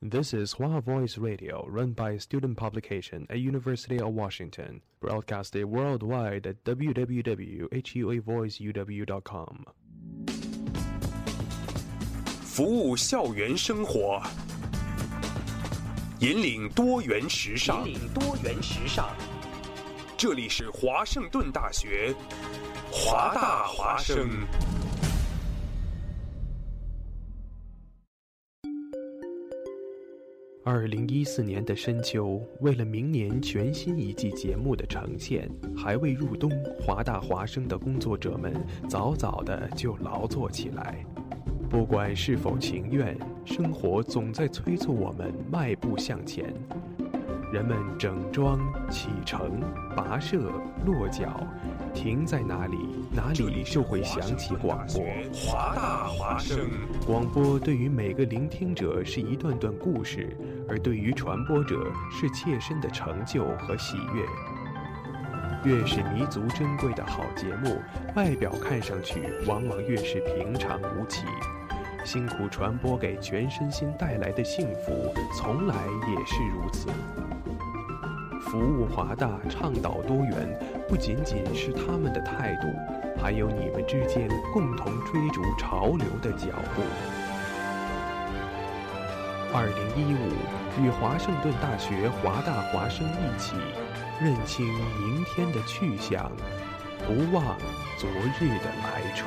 This is Hua Voice Radio, run by a student publication at University of Washington, broadcasted worldwide at www.huavoiceuw.com。服务校园生活，引领多元时尚。引领多元时尚。这里是华盛顿大学，华大华生。二零一四年的深秋，为了明年全新一季节目的呈现，还未入冬，华大华生的工作者们早早的就劳作起来。不管是否情愿，生活总在催促我们迈步向前。人们整装启程、跋涉、落脚，停在哪里，哪里就会响起广播。华大华生。广播对于每个聆听者是一段段故事，而对于传播者是切身的成就和喜悦。越是弥足珍贵的好节目，外表看上去往往越是平常无奇。辛苦传播给全身心带来的幸福，从来也是如此。服务华大，倡导多元，不仅仅是他们的态度，还有你们之间共同追逐潮流的脚步。二零一五，与华盛顿大学华大华生一起，认清明天的去向，不忘昨日的来处。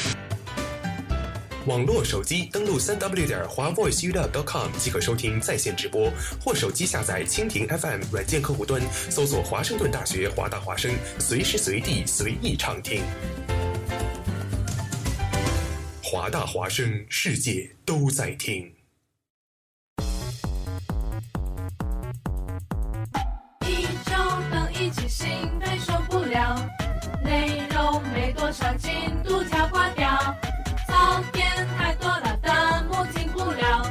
网络手机登录三 w 点华 voice u w com 即可收听在线直播，或手机下载蜻蜓 FM 软件客户端，搜索华盛顿大学华大华声，随时随地随意畅听。华大华声，世界都在听。一周能一起兴奋受不了，内容没多少进度条挂掉，噪点太多了弹幕听不了，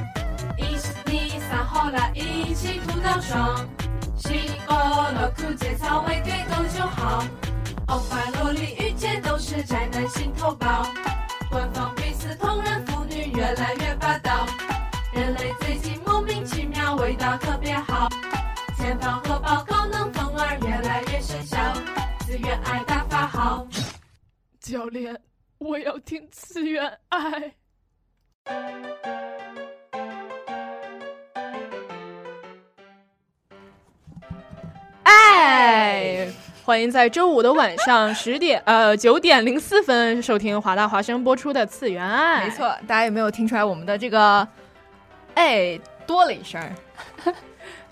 一起你撒后来一起吐到爽，西欧了酷节操为给狗就好，欧巴萝莉御姐都是宅男心头宝，官方彼此同人腐女越来越霸道，人类最近莫名其妙味道特别好。前方和报高能风儿越来越生效，自愿爱大法好。教练，我要听次元爱。哎，欢迎在周五的晚上十点，呃，九点零四分收听华大华生播出的《次元爱》。没错，，大家有没有听出来我们的这个哎多了一声儿？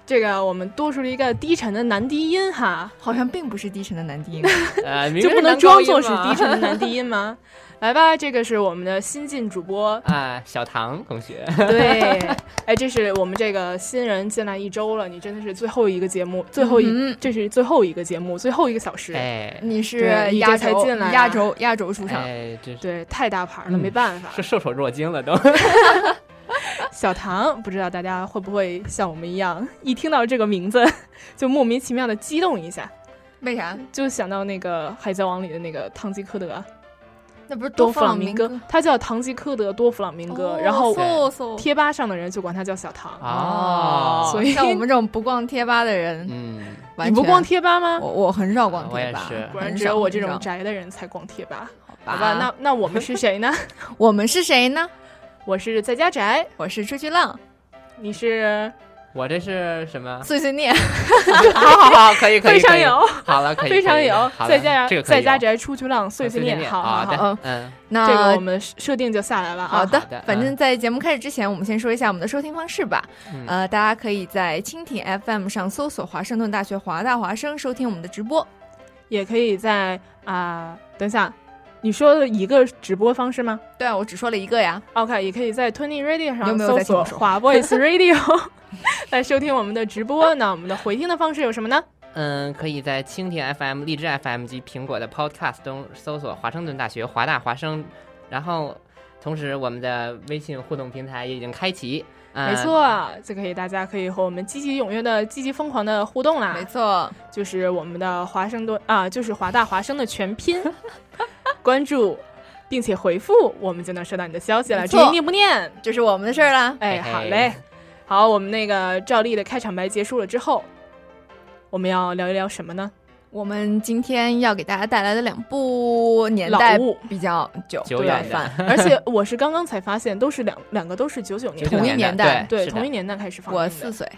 这个我们多出了一个低沉的男低音哈，好像并不是低沉的男 低音。 呃，明就明是不能男高装音作是嘛低沉的男低音吗？ 来吧，这个是我们的新晋主播， 啊，小唐同学， 对，哎，这是我们这个新人进来一周了，你真的是最后一个节目，最后一，嗯这是最后一个节目，最后一个小时，哎你是对你这压才轴进来啊压轴压轴出场， 哎，这是对，太大牌了，嗯没办法。是受宠若惊了都。小唐，不知道大家会不会像我们一样，一听到这个名字 就莫名其妙的激动一下，为啥？就想到那个《海贼王》里的那个唐吉诃德那不是多弗弗朗明明哥，他叫唐吉诃德多弗朗明哥，然后哦搜搜贴吧上的人就管他叫小唐。啊啊 哦，所以像我们这种不逛贴吧的人，嗯，完你全不逛，贴吧吗？我我很少啊逛我贴也吧，是果然很只有少我这种很少啊宅的人才逛贴吧。吧好吧，那那我们是谁呢？ 我们是谁呢？我是在家宅，我是出去浪，你是我这是什啊 么？碎碎念，好好好，可以可以，非常可以有，好了，可以 非常可以有好，了在家这个可以在家有宅出去浪，碎碎念，好好好好，的，嗯，那这个我们设定就下来了好啊。的好的，反正，嗯在节目开始之前，我们先说一下我们的收听方式吧。嗯呃，大家可以在蜻蜓 FM 上搜索华盛顿大学华大华生收听我们的直播。也可以在啊，等一下，你说的一个直播方式吗对啊，我只说了一个呀。 ？OK，也可以在 Twenty Radio 有上没有搜在听索我说华 Voice Radio 来收听我们的直播。那我们的回听的方式有什么呢？嗯，可以在蜻蜓 FM、荔枝 FM 及苹果的 Podcast 中搜索华盛顿大学华大华生，然后同时我们的微信互动平台也已经开启，嗯、没，错，就可以大家可以和我们积极踊跃的、积极疯狂的互动啦。没错，就是我们的华盛顿啊，就是华大华生的全拼，关注并且回复，我们就能收到你的消息了。没至错于念不念，这是我们的事儿啦。哎，嘿嘿好嘞，好，我们那个照例的开场白结束了之后，我们要聊一聊什么呢？我们今天要给大家带来的两部年老代物比较久、久比较远的泛而 且我是刚刚才发现，都是两两个都是九九年同一的，年代代，对，是的同嗯一年代开始放映的。我四岁，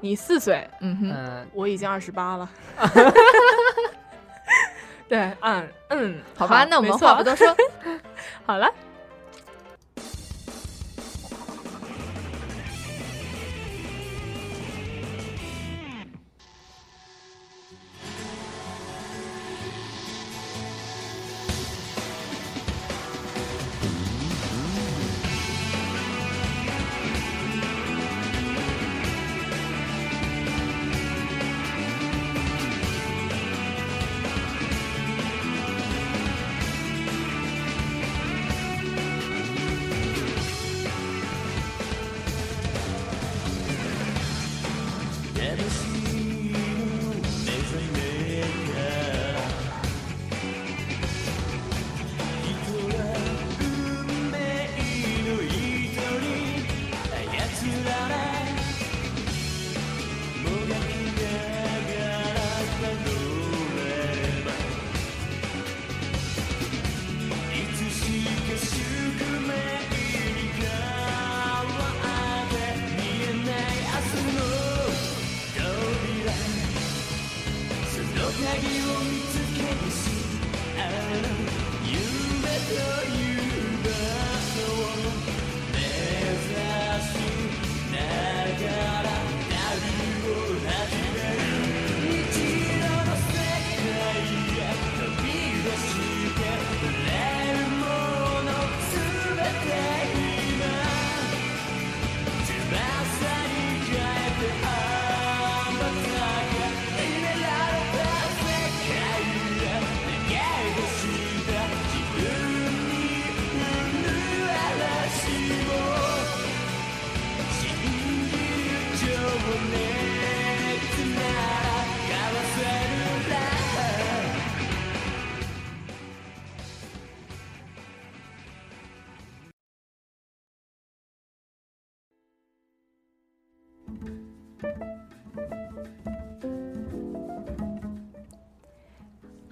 你四岁，嗯哼，嗯，我已经二十八了。 对，嗯嗯，好吧，那我没们错话不多说，好了。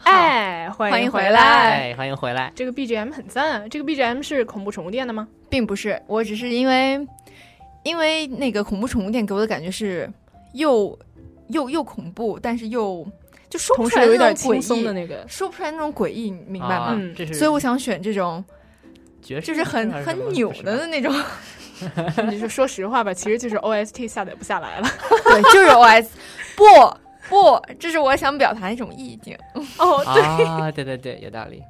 哎，欢欢迎迎回回来哎，欢迎回来，这个 BGM 很赞，啊这个 BGM 是恐怖宠物店的吗？并不是，我只是因为因为那个恐怖宠物店给我的感觉是又又又恐怖，但是又就说不同出时来有那一点种诡轻松的异，那个， 说不出来那种诡异，你明白啊吗？嗯这是所以我想选这种爵士就是很还是什么很扭不是吧 的那种，你就说实话吧，其实就是 OST 下载不下来了。 对，就是 OS 不。不，这是我想表达的一种意境。哦 啊，对对对，有道理。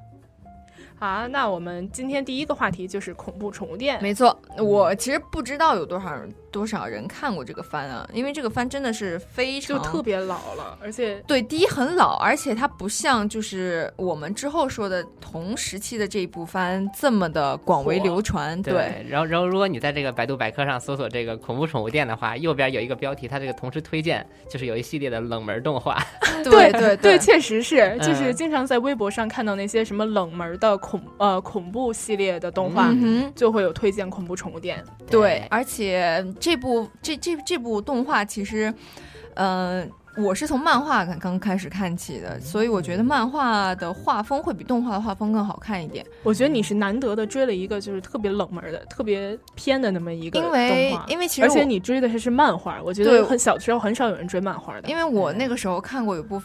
啊，那我们今天第一个话题就是恐怖宠物店。没错，我嗯其实不知道有多少人多少人看过这个番啊，因为这个番真的是非常就特别老了，而且对，第一很老，而且它不像就是我们之后说的同时期的这一部番这么的广为火流传。 对，然后然后如果你在这个百度百科上搜索这个恐怖宠物店的话，右边有一个标题，它这个同时推荐就是有一系列的冷门动 画，对对对确实是，就是嗯经常在微博上看到那些什么冷门的恐呃恐怖系列的动画，嗯哼，就会有推荐恐怖宠物店。对，而且这部这这这部动画其实，呃，我是从漫画刚刚开始看起嗯的，所以我觉得漫画的画风会比动画的画风更好看一点，我觉得你是难得的追了一个就是特别冷门的、特别偏的那么一个因动为画，因为其实而且我你追的还是漫画，我觉对得很小的时候很少有人追漫画的。因为我那个时候看过有部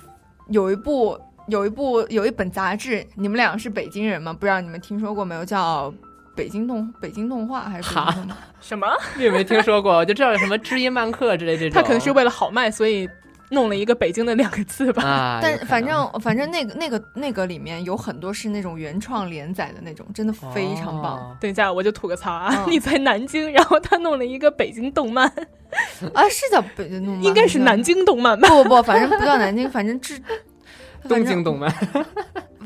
有一部有一部有一本杂志，你们俩是北京人吗？不知道你们听说过没有？叫北京动北京动画还是北京动画？什么？ 并没听说过，我就知道有什么知音漫客之类这种。啊他可能是为了好卖，所以弄了一个北京的两个字吧。啊，有但可反能正反正那个那个那个里面有很多是那种原创连载的那种，真的非常棒。哦等一下，我就吐个槽啊！嗯你在南京，然后他弄了一个北京动漫，啊，是叫北京动漫，应该是南京。京动漫吧？不不不，反正不叫南京，反正这，东反京正动漫，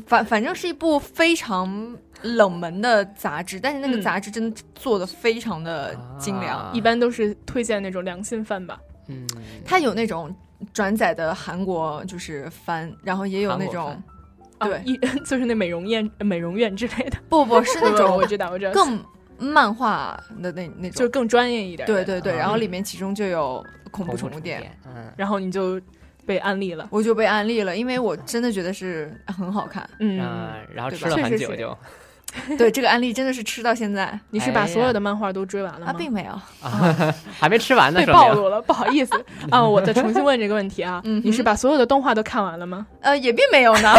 反反正是一部非常冷门的杂志，但是那个嗯杂志真的做的非常的精良。啊一般都是推荐那种良心番吧。嗯，它有那种转载的韩国就是番，然后也有韩那国种番啊对一 就是那美容院、美容院之类的，不不 是那不不我种知道，我知道，更漫画的那那就是种，更专业一点。对，对对，然后嗯里面其中就有恐恐怖怖宠宠物物店。店，嗯，然后你就被安利了，我就被安利了，因为我真的觉得是很好看。嗯。嗯，然后对吃吧了确很实久是就对这个安利真的是吃到现在你是把哎所呀有的漫画都追完了吗？啊，并没有。还没吃完 呢，被说暴明露了，不 好意思啊！我再重新问这个问题啊，嗯哼你是把所有的动画都看完了吗？呃，也并没有 呢。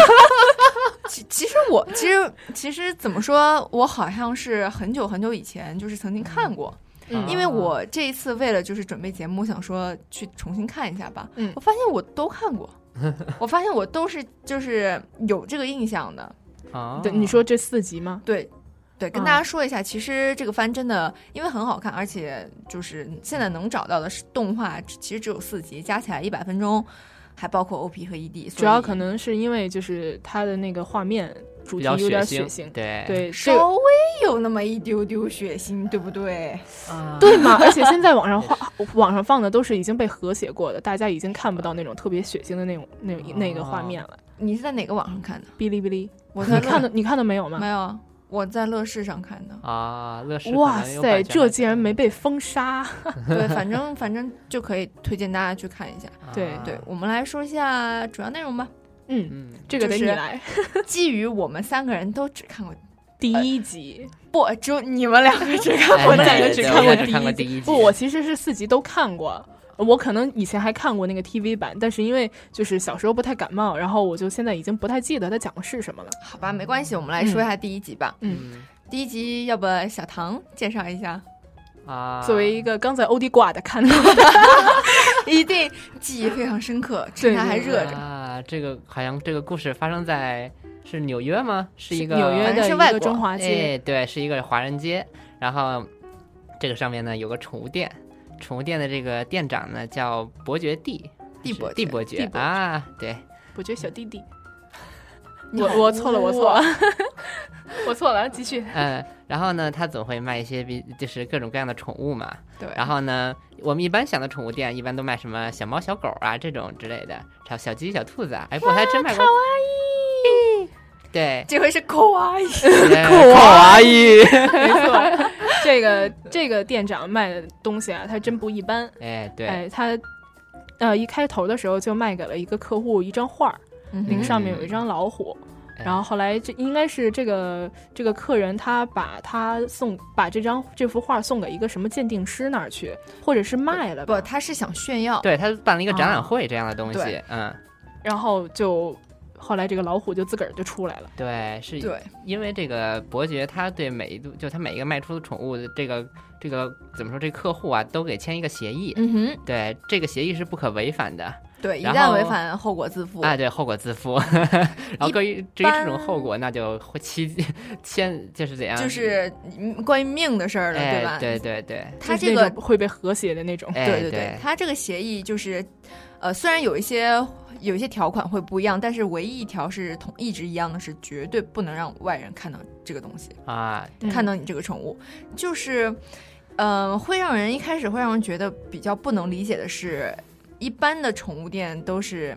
其其实我其实其实怎么说，我好像是很久很久以前就是曾经看过，嗯因为啊我这一次为了就是准备节目，想说去重新看一下吧。嗯我发现我都 看过，我发现我都是就是有这个印象的。啊，对，你说这四集吗？对，对，嗯跟大家说一下，其实这个番真的因为很好看，而且就是现在能找到的是动画，其实只有四集，加起来一百分钟，还包括 OP 和 ED，主要所以可能是因为就是它的那个画面主比题较有血点血腥，腥，对对，这稍微有那么一丢丢血腥，对不对？啊。对嘛？而且现在网上画网上放的都是已经被和谐过的，大家已经看不到那种特别血腥的那种那种那个画面了。你是在哪个网上看的？哔哩哔哩，我你在乐看的你看的没有吗没？有啊，我在乐视上看的啊，乐视哇可能有塞，版权这还竟然没被封杀！对，反正反正就可以推荐大家去看一下。对啊对，我们来说一下主要内容吧。嗯，嗯，这个得就你是来。基于我们三个人都只看过，第一集，不，只有你们两个 只看哎 我过们那两个对个只对看我过也只看过第一集不，我其实是四集都看过。我可能以前还看过那个 TV 版，但是因为就是小时候不太感冒，然后我就现在已经不太记得它讲的是什么了。好吧，没关系，我们来说一下第一集吧。嗯第一集，要不小唐介绍一下？啊，作为一个刚在欧迪挂的看到一定记忆非常深刻，趁对它还对热着。啊，这个好像这个故事发生在是纽约吗？是一个 纽约反正的是一外个国中华街，哎，对，是一个华人街。然后这个上面呢有个宠物店，宠物店的这个店长呢叫伯爵蒂，地是伯蒂爵伯蒂爵伯爵啊，对，我觉得小弟弟，你我好我错了，污我错了，我错了，继续。呃，然后呢他总会卖一些比就是各种各样的宠物嘛。对，然后呢，我们一般想的宠物店一般都卖什么小猫、小狗啊这种之类的，还有小鸡、小兔子啊。哎，不过还真卖过。对，这回是 扣阿姨。 酷阿姨。 没错，这个这个店长卖的东西啊，他真不一般。哎，对，哎，他呃一开头的时候就卖给了一个客户一张画儿，嗯那哼个上面有一张老虎。哎然后后来这应该是这个这个客人他把他送把这张这幅画送给一个什么鉴定师那儿去，或者是卖了不，吧，他是想炫耀。对他办了一个展哦啊览会这样的东西对。嗯，然后就后来这个老虎就自个儿就出来了。对，是对，因为这个伯爵他对每一度就他每一个卖出的宠物的这个这个怎么说这客户啊都给签一个协议。嗯哼，对，这个协议是不可违反的。对，一然旦后违反后果自负。啊，对，后果自负。 然后关于至于这种般后果，那就会期签就是怎样，就是嗯关于命的事儿了，哎，吧？对对 对，他就是这那个种，会被和谐的那种，哎对对对对，，他这个协议就是，呃，虽然有一些有一些条款会不一样，但是唯一一条是同一直一样的是，绝对不能让外人看到这个东西，啊，嗯看到你这个宠物，就是，呃，会让人一开始会让人觉得比较不能理解的是，一般的宠物店都是。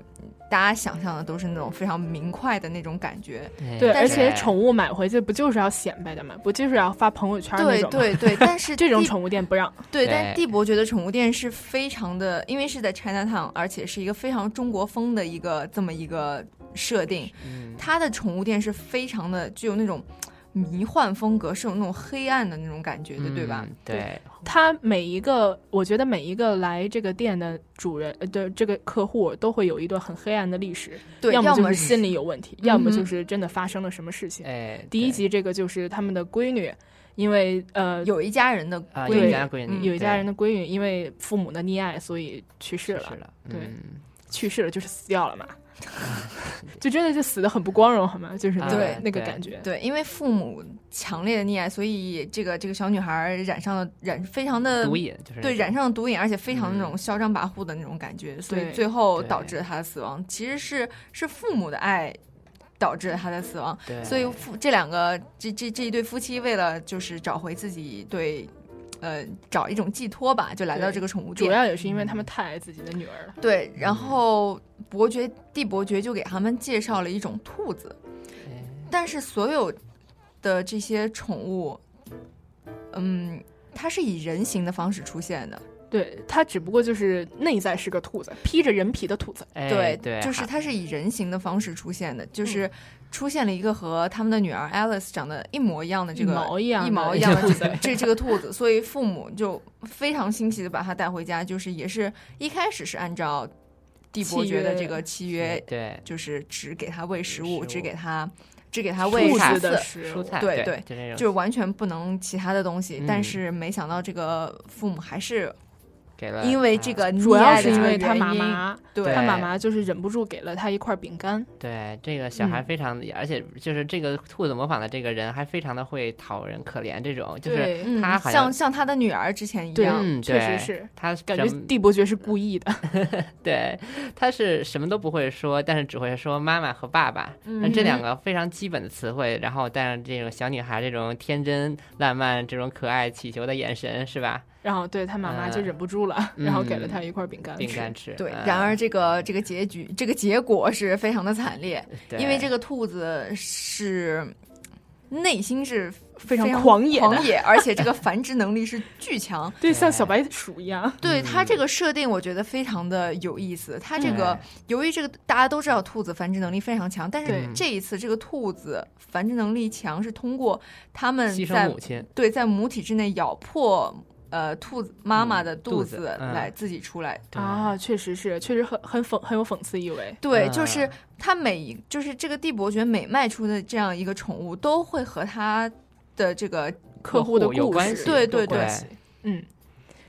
大家想象的都是那种非常明快的那种感觉，哎对，而但是且宠物买回去不就是要显摆的嘛，不就是要发朋友圈那对种吗？对嗯对，但 是这种地宠物店不让，对，但哎是帝伯爵的宠物店是非常的，因为是在 China Town，而且是一个非常中国风的一个这么一个设定。嗯它的宠物店是非常的具有那种迷幻风格，是有那种黑暗的那种感觉的，对吧？嗯对，它每一个，我觉得每一个来这个店的主人，呃，对这个客户都会有一段很黑暗的历史，对，要么就是是心理有问题，嗯要么就是真的发生了什么事情。哎，第一对集这个就是他们的闺女，因为呃有一家人的啊，闺有女一家闺女，嗯有一家人的的闺女因为父母的溺爱，所以去世去了。了，对嗯去世了，就是死掉了嘛，就真的是死的很不光荣，好吗？就是那个对那个对感觉，对，因为父母强烈的溺爱，所以这个这个小女孩染上了染非常的嗯毒瘾就是嗯对，那种染上了毒瘾，而且非常那种嚣张跋扈的那种感觉，所以对最后对导致了她的死亡，其实是是父母的爱导致了她的死亡。对，所以夫这两个这这这一对夫妻为了就是找回自己对，呃，找一种寄托吧，就来到对这个宠物主店。要也是因为他们太爱自己的女儿了。对，嗯然后伯爵帝伯爵就给他们介绍了一种兔子，对但是所有的这些宠物，嗯，它是以人形的方式出现的，对，它只不过就是内在是个兔子，披着人皮的兔子。哎对对，就是还它是以人形的方式出现的，嗯就是出现了一个和他们的女儿 Alice 长得一模一样的这个一毛一样的毛一样的兔子 这个这这个兔子，所以父母就非常新奇的把它带回家，就是也是一开始是按照帝伯爵的这个契约，对就是只给它喂食食物物，只给它只给它喂兔啥子饲的。食蔬物菜，对对对就那种就是完全不能其他的东西，嗯但是没想到这个父母还是给了因为这啊个主溺要爱是的这因个为他妈原因妈，对他妈妈就是忍不住给了他一块饼干。对这个小孩嗯非常，而且就是这个兔子模仿的这个人还非常的会讨人可怜，这种就是对，嗯他好像像像他的女儿之前一对样，嗯确对实是他感什觉么帝伯爵是故意的。 对他是什么都不会说，但是只会说妈妈和爸爸，那嗯这两个非常基本的词汇，然后带上这种小女孩这种天真烂漫、这种可爱乞求的眼神，是吧？然后对他妈妈就呃忍不住了，然后给了嗯他一块饼干饼吃干吃，对嗯，然而这个这个结局，这个结果是非常的惨烈，对因为这个兔子是内心是非非常常狂野的 狂野，而且这个繁殖能力是巨强。对，哎像小白鼠一样。对它嗯这个设定，我觉得非常的有意思。它这个对由于这个大家都知道兔子繁殖能力非常强，但是对这一次这个兔子繁殖能力强是通过它们嗯牺牲嗯在母亲，对，在母体之内咬破呃兔子妈妈的嗯肚肚子子嗯来自己出来。对啊，确实是，确实很很讽很有讽刺意味。对，嗯就是他每一就是这个帝伯爵每卖出的这样一个宠物，都会和他的这个客户的有故关事系，对有对关对系嗯，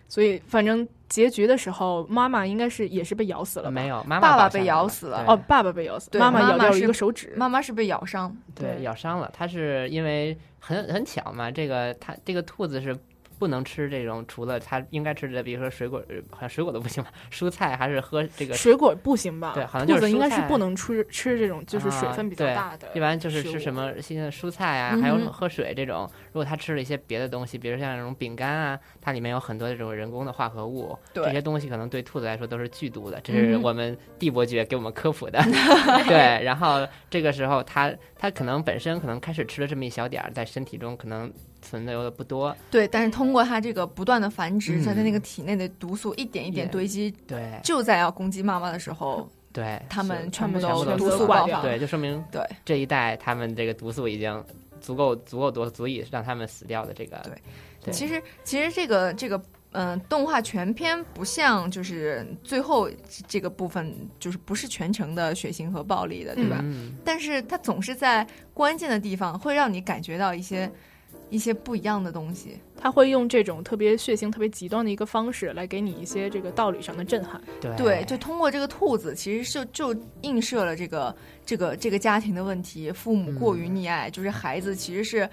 所以反正结局的时候，妈妈应该是也是被咬死了吧没？有妈妈爸爸保下被来咬死了对哦，爸爸被咬死，对妈妈咬妈掉了一是个手指。妈妈是被咬伤，对，对咬伤了。它是因为很很巧嘛，这个它这个兔子是不能吃这种除了它应该吃的，比如说水果，呃好像水果都不行吧，蔬菜还是喝这个， 水果不行吧？对好像就兔是子应该蔬是菜不能吃吃这种就是水啊分比较对大的，一般就是食吃物什么新鲜的蔬菜啊，嗯哼还有喝水这种。如果它吃了一些别的东西，比如像那种饼干啊，它里面有很多这种人工的化合物，对这些东西可能对兔子来说都是剧毒的。这嗯是哼我们帝伯爵给我们科普 的。对，然后这个时候它它可能本身可能开始吃了这么一小点儿，在身体中可能存留的不多，对，但是通过它这个不断的繁殖，嗯它的那个体内的毒素一点一点也堆积，对就在要攻击妈妈的时候，对，它们是全部它全部都都毒死素挂爆掉发。对，就说明对这一代他们这个毒素已经足够足够多，足以让他们死掉的这个对对其实其实这个这个。嗯，动画全篇不像就是最后这个部分，就是不是全程的血腥和暴力的，对吧？嗯，但是它总是在关键的地方会让你感觉到一些一些不一样的东西。他会用这种特别血腥、特别极端的一个方式来给你一些这个道理上的震撼。对对，就通过这个兔子，其实就就映射了这个这个这个家庭的问题，父母过于溺爱，就是孩子其实是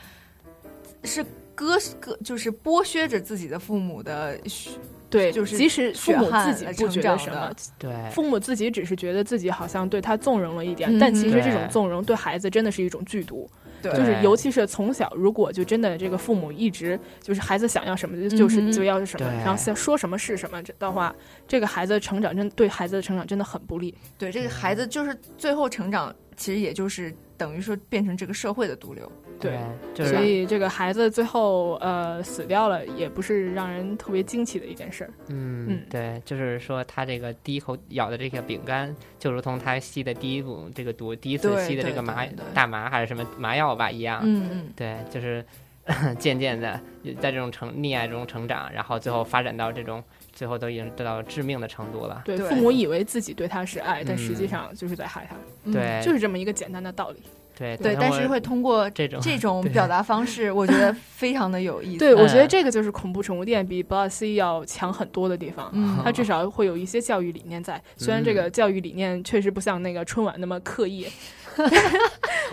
是割割，就是剥削着自己的父母的血。对，就是即使父血母汗自己来不成觉得长什的么，对父母自己只是觉得自己好像对他纵容了一点，嗯哼但其实这种对纵容对孩子真的是一种剧毒。对就是对尤其是从小，如果就真的这个父母一直就是孩子想要什么就就是、嗯哼就要是什么，对然后想说什么是什么这的话，这个孩子的成长真对孩子的成长真的很不利。对，这个孩子就是最后成长，其实也就是等于说变成这个社会的毒瘤。对，就所是以这个孩子最后呃死掉了，也不是让人特别惊奇的一件事儿。嗯嗯，对，就是说他这个第一口咬的这个饼干，就如同他吸的第一股这个毒，第一次对吸的这对个麻对对大麻还是什么麻药吧一样，嗯嗯，对，就是 渐渐的在这种成溺爱中成长，然后最后发展到这种，最后都已经到致命的程度了。对，对父母以为自己对他是爱，但嗯哎实际上就是在害他，嗯对，就是这么一个简单的道理。对对，但是会通过这种这种对 表达方式，我觉得非常的有意思。对，我觉得嗯这个就是恐怖宠物店比 Bloody 要强很多的地方。嗯它至少会有一些教育理念在，虽然这个教育理念确实不像那个春晚那么刻意，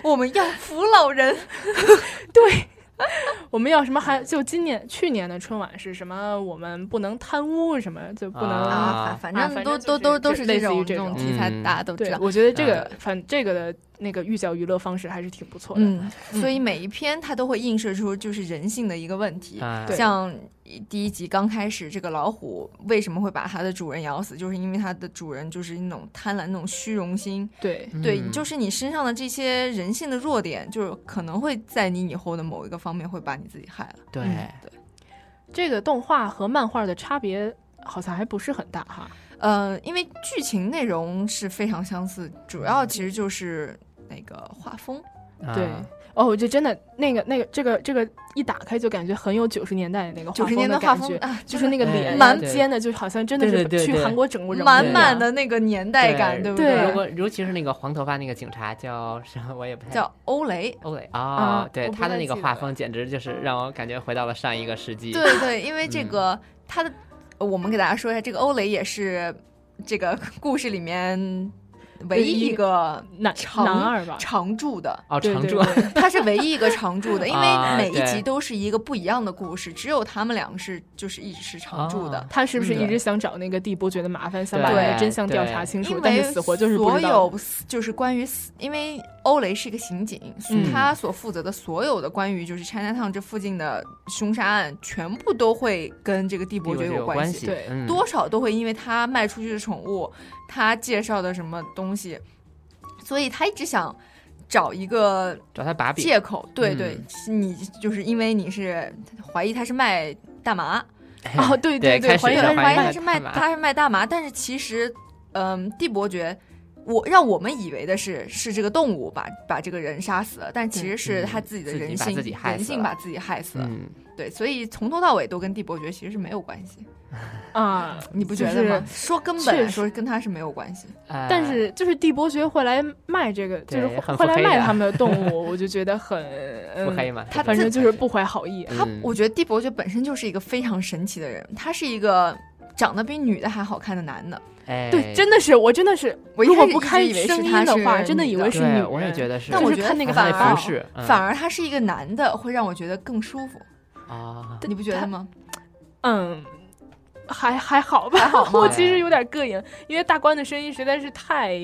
我们要扶老人，我们要什么还就今年去年的春晚是什么？我们不能贪污什么，就不能。啊反啊反正反都正都就是都都这是类这似种于这种种题材嗯，大家都知对道，。我觉得这个啊反这个的那个寓教于乐方式还是挺不错的。嗯，所以每一篇它都会映射出就是人性的一个问题。啊，对像第一集刚开始，这个老虎为什么会把它的主人咬死，就是因为它的主人就是那种贪婪、那种虚荣心。对对，嗯就是你身上的这些人性的弱点，就是可能会在你以后的某一个方面会把你自己害了。对嗯这个动画和漫画的差别好像还不是很大哈。呃，因为剧情内容是非常相似，主要其实就是那个画风。啊对哦，这真的那个那个这个这个一打开就感觉很有九十年代那个画九十年的的画感风 觉，啊，就是那个对脸蛮尖的，就好像真的对是对对去对韩国整过人满一样满的那个年代感，啊对不对如果尤其是那个黄头发那个警察叫什么，我也不太 叫欧 雷。欧蕾啊，啊对我不他的太那个记画得嗯风，简直就是让我感觉回到了上一个世纪。对对，因为这嗯个他的，呃我们给大家说一下，这个欧雷也是这个 故事里面唯一一个男长男二吧，常驻的，哦，对常对驻对他是唯一一个常驻的，因 为啊每一对集都是一个不一样的故事，只有他们两个是就是一直是常驻啊的。他是不是嗯一直想找那个地波觉得麻烦，想把那个真相调查清楚因，但为是死活就是不所知道。 有死就是关于死，因为欧雷是一个刑警，嗯他所负责的所有的关于就是 Chinatown 这附近的凶杀案，全部都会跟这个地伯爵有有关关系，对嗯多少都会因为他卖出去的宠物，他介绍的什么东西，所以他一直想找一个找他把柄，借口。对对，嗯你就是因为你是怀疑他是卖大麻，哦，对对对，开始还怀疑原了来他是怀这疑样他大麻是卖他是卖大麻，但是其实，嗯，地伯爵。我让我们以为的是是这个动物把把这个人杀死了，但其实是嗯他自己的自己人把性自己害人死性了把自己害死了。嗯，对，所以从头到尾都跟地伯爵其实是没有关系。啊，你不就觉得吗？是哎说根确本来实说跟他是没有关系。呃但是就是地伯爵会来卖这个，对就是很会来腹黑卖的他们的动物，我就觉得很腹黑嗯，嘛，他对反吧正就是不怀好意。他嗯，我觉得地伯爵本身就是一个非常神奇的人，他是一个长得比女的还好看的男的。哎，对，真的是我真的是，我一如开果始不一直开以为是声他音的是话，真的女以的为是女对，人。我也觉得是，但就我是觉得看那个他反的海而服报饰嗯反而他是一个男的，会让我觉得更舒服，啊，你不觉得吗？嗯，还还好吧，好吗我其哎实有点膈应，因为大关的声音实在是太，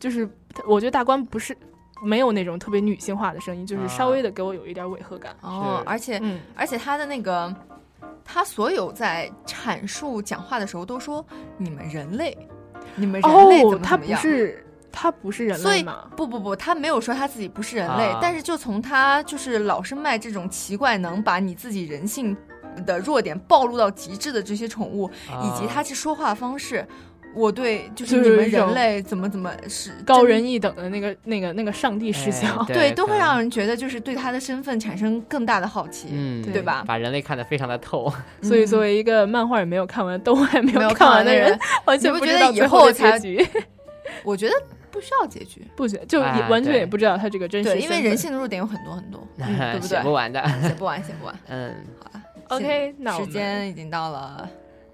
就是我觉得大关不是没有那种特别女性化的声音，啊就是稍微的给我有一点违和感。哦，是而且、嗯，而且他的那个，他所有在阐述讲话的时候都说你们人类，你们人类哦怎，么他怎么不样。是他不是人所类以嘛？不不不，他没有说他自己不是人类，啊但是就从他就是老是卖这种奇怪能把你自己人性的弱点暴露到极致的这些宠物，以哦及他这说话方式，我对就是啊就是你们一种人类怎么怎么是高真人一等的那个、那个、那个上帝视哎角， 对都会让人觉得就是对他的身份产生更大的好奇，嗯，对吧？把人类看得非常的透，嗯所以作为一个漫画也没有看完、动画也没 没有看完的的人，，完全你不不觉知得道以最后的才结局，我觉得不需要结局，不觉就也啊完全对也不知道他这个真实对，身因为份。人性的弱点有很多很 多，嗯对不写对不？完的，写不完，写不完。嗯， OK，那我时们间已经 到了，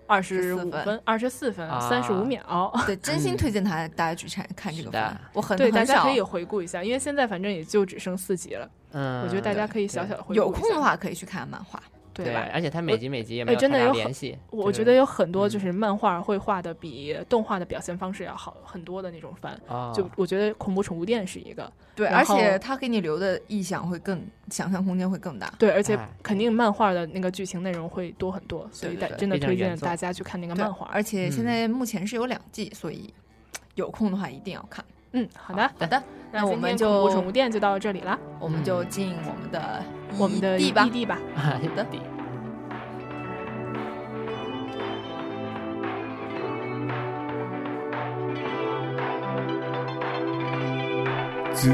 二十五分分、二十四分、啊三十五秒。对，真心嗯推荐他大家去看看这是个的番，我很对，大很家少可以回顾一下，因为现在反正也就只剩四集了，嗯，我觉得大家可以小对小地回顾有一下空的，话可以去看漫画。对对，吧？而且他每集每集也没哎有真的太大有很联系，我就我觉是得有很多嗯就是漫画会画的比动画的表现方式要好很多的那种番，哦 就我觉得《恐怖宠物店》是一个，对，然而且后他给你留的意想会更想象空间会更大。对，而且哎肯定漫画的那个剧情内容会多很多，所以对大对对真的非常推原荐作大家去看那个对漫画。而且现嗯在目前是有两季，所以有空的话一定要看。嗯，好的，好的，那我今们天就恐怖宠物店就到这里了，我们就嗯进我们的我们的地吧异。地吧。好的強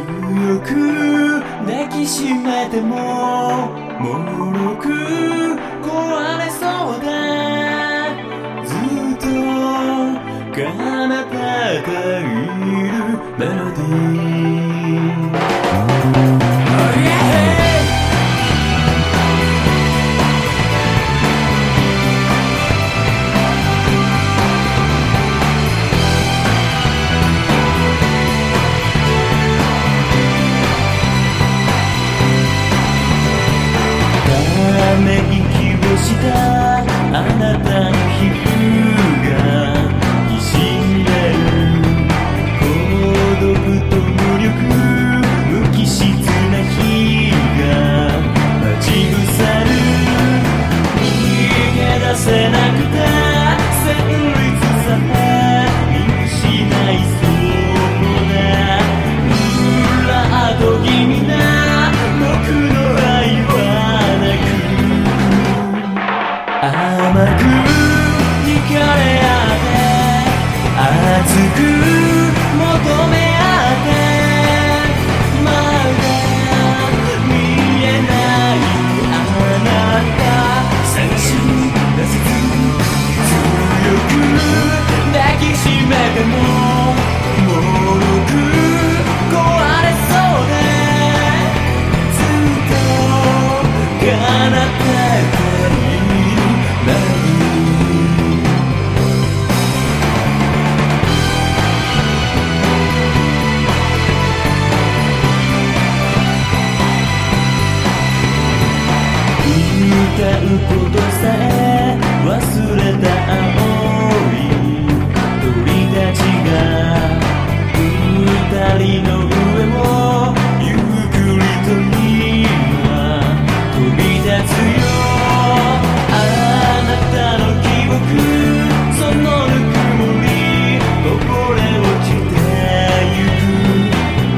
く抱きしめてももろく壊れそうだずっと奏でているメロディー惹かれ合って熱く求め合ってまだ見えないあなた探し出せず強く抱きしめてももろく壊れそうでずっと奏でているメロディー歌うことさえ忘れた青い空鳥たちが二人の上をゆっくりと今飛び立つよあなたの記憶そのぬくもりこぼれ落ちてゆく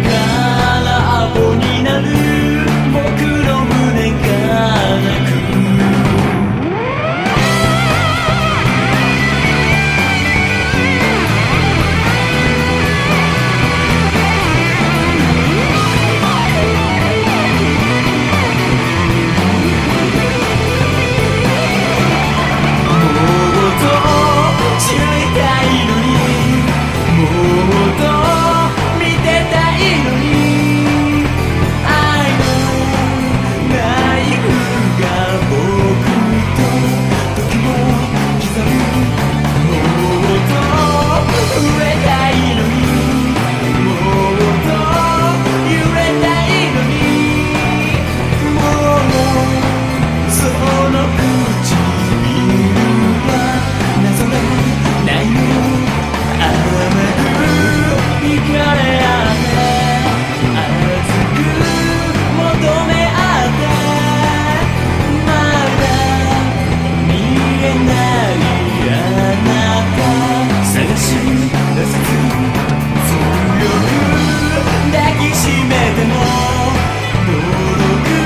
空っぽになる僕の胸が泣くもっと知りたいのにもっと見てたいのに愛のナイフが僕と時を刻むもっと触れたいのにもっと揺れたいのにもう「その唇は謎がないの」「甘く惹かれ合って熱く求め合って」「まだ見えないあなた」「探し出せず強く抱きしめても」「もろく壊れそうでずっと奏でているメロディー」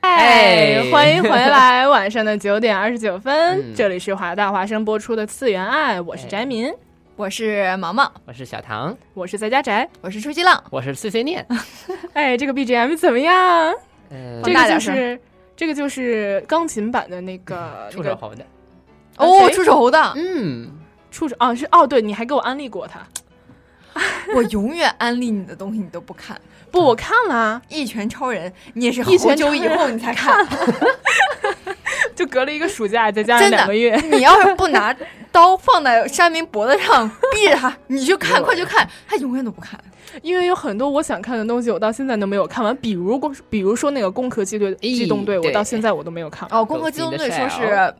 哎，哎 欢迎回来，晚上的九点二十九分，嗯哎这里是华大华生播出的《次元爱》，我是翟民，我是毛毛，我是小 唐，我是在家宅。我是出击浪，我是碎碎 念。哎，这个 BGM 怎么样？嗯，这个大就点声是这个就是钢琴版的那个触那手个猴的，哦，哎谁出手猴的，嗯，触手哦是哦，对你还给我安利过他，我永远安利你的东西你都不看，《不我看了啊，一拳超人》你也是好一拳久以超人后你才 看， 就隔了一个暑假，再加上真的两个月，你要是不拿刀放在山民脖子上逼着他，你就 看，快去看，他永远都不看。因为有很多我想看的东西，我到现在都没有看完，比如光比如说那个《攻壳机队咦机动队》，我对到现在我都没有看完，哦，《攻壳机动队》说是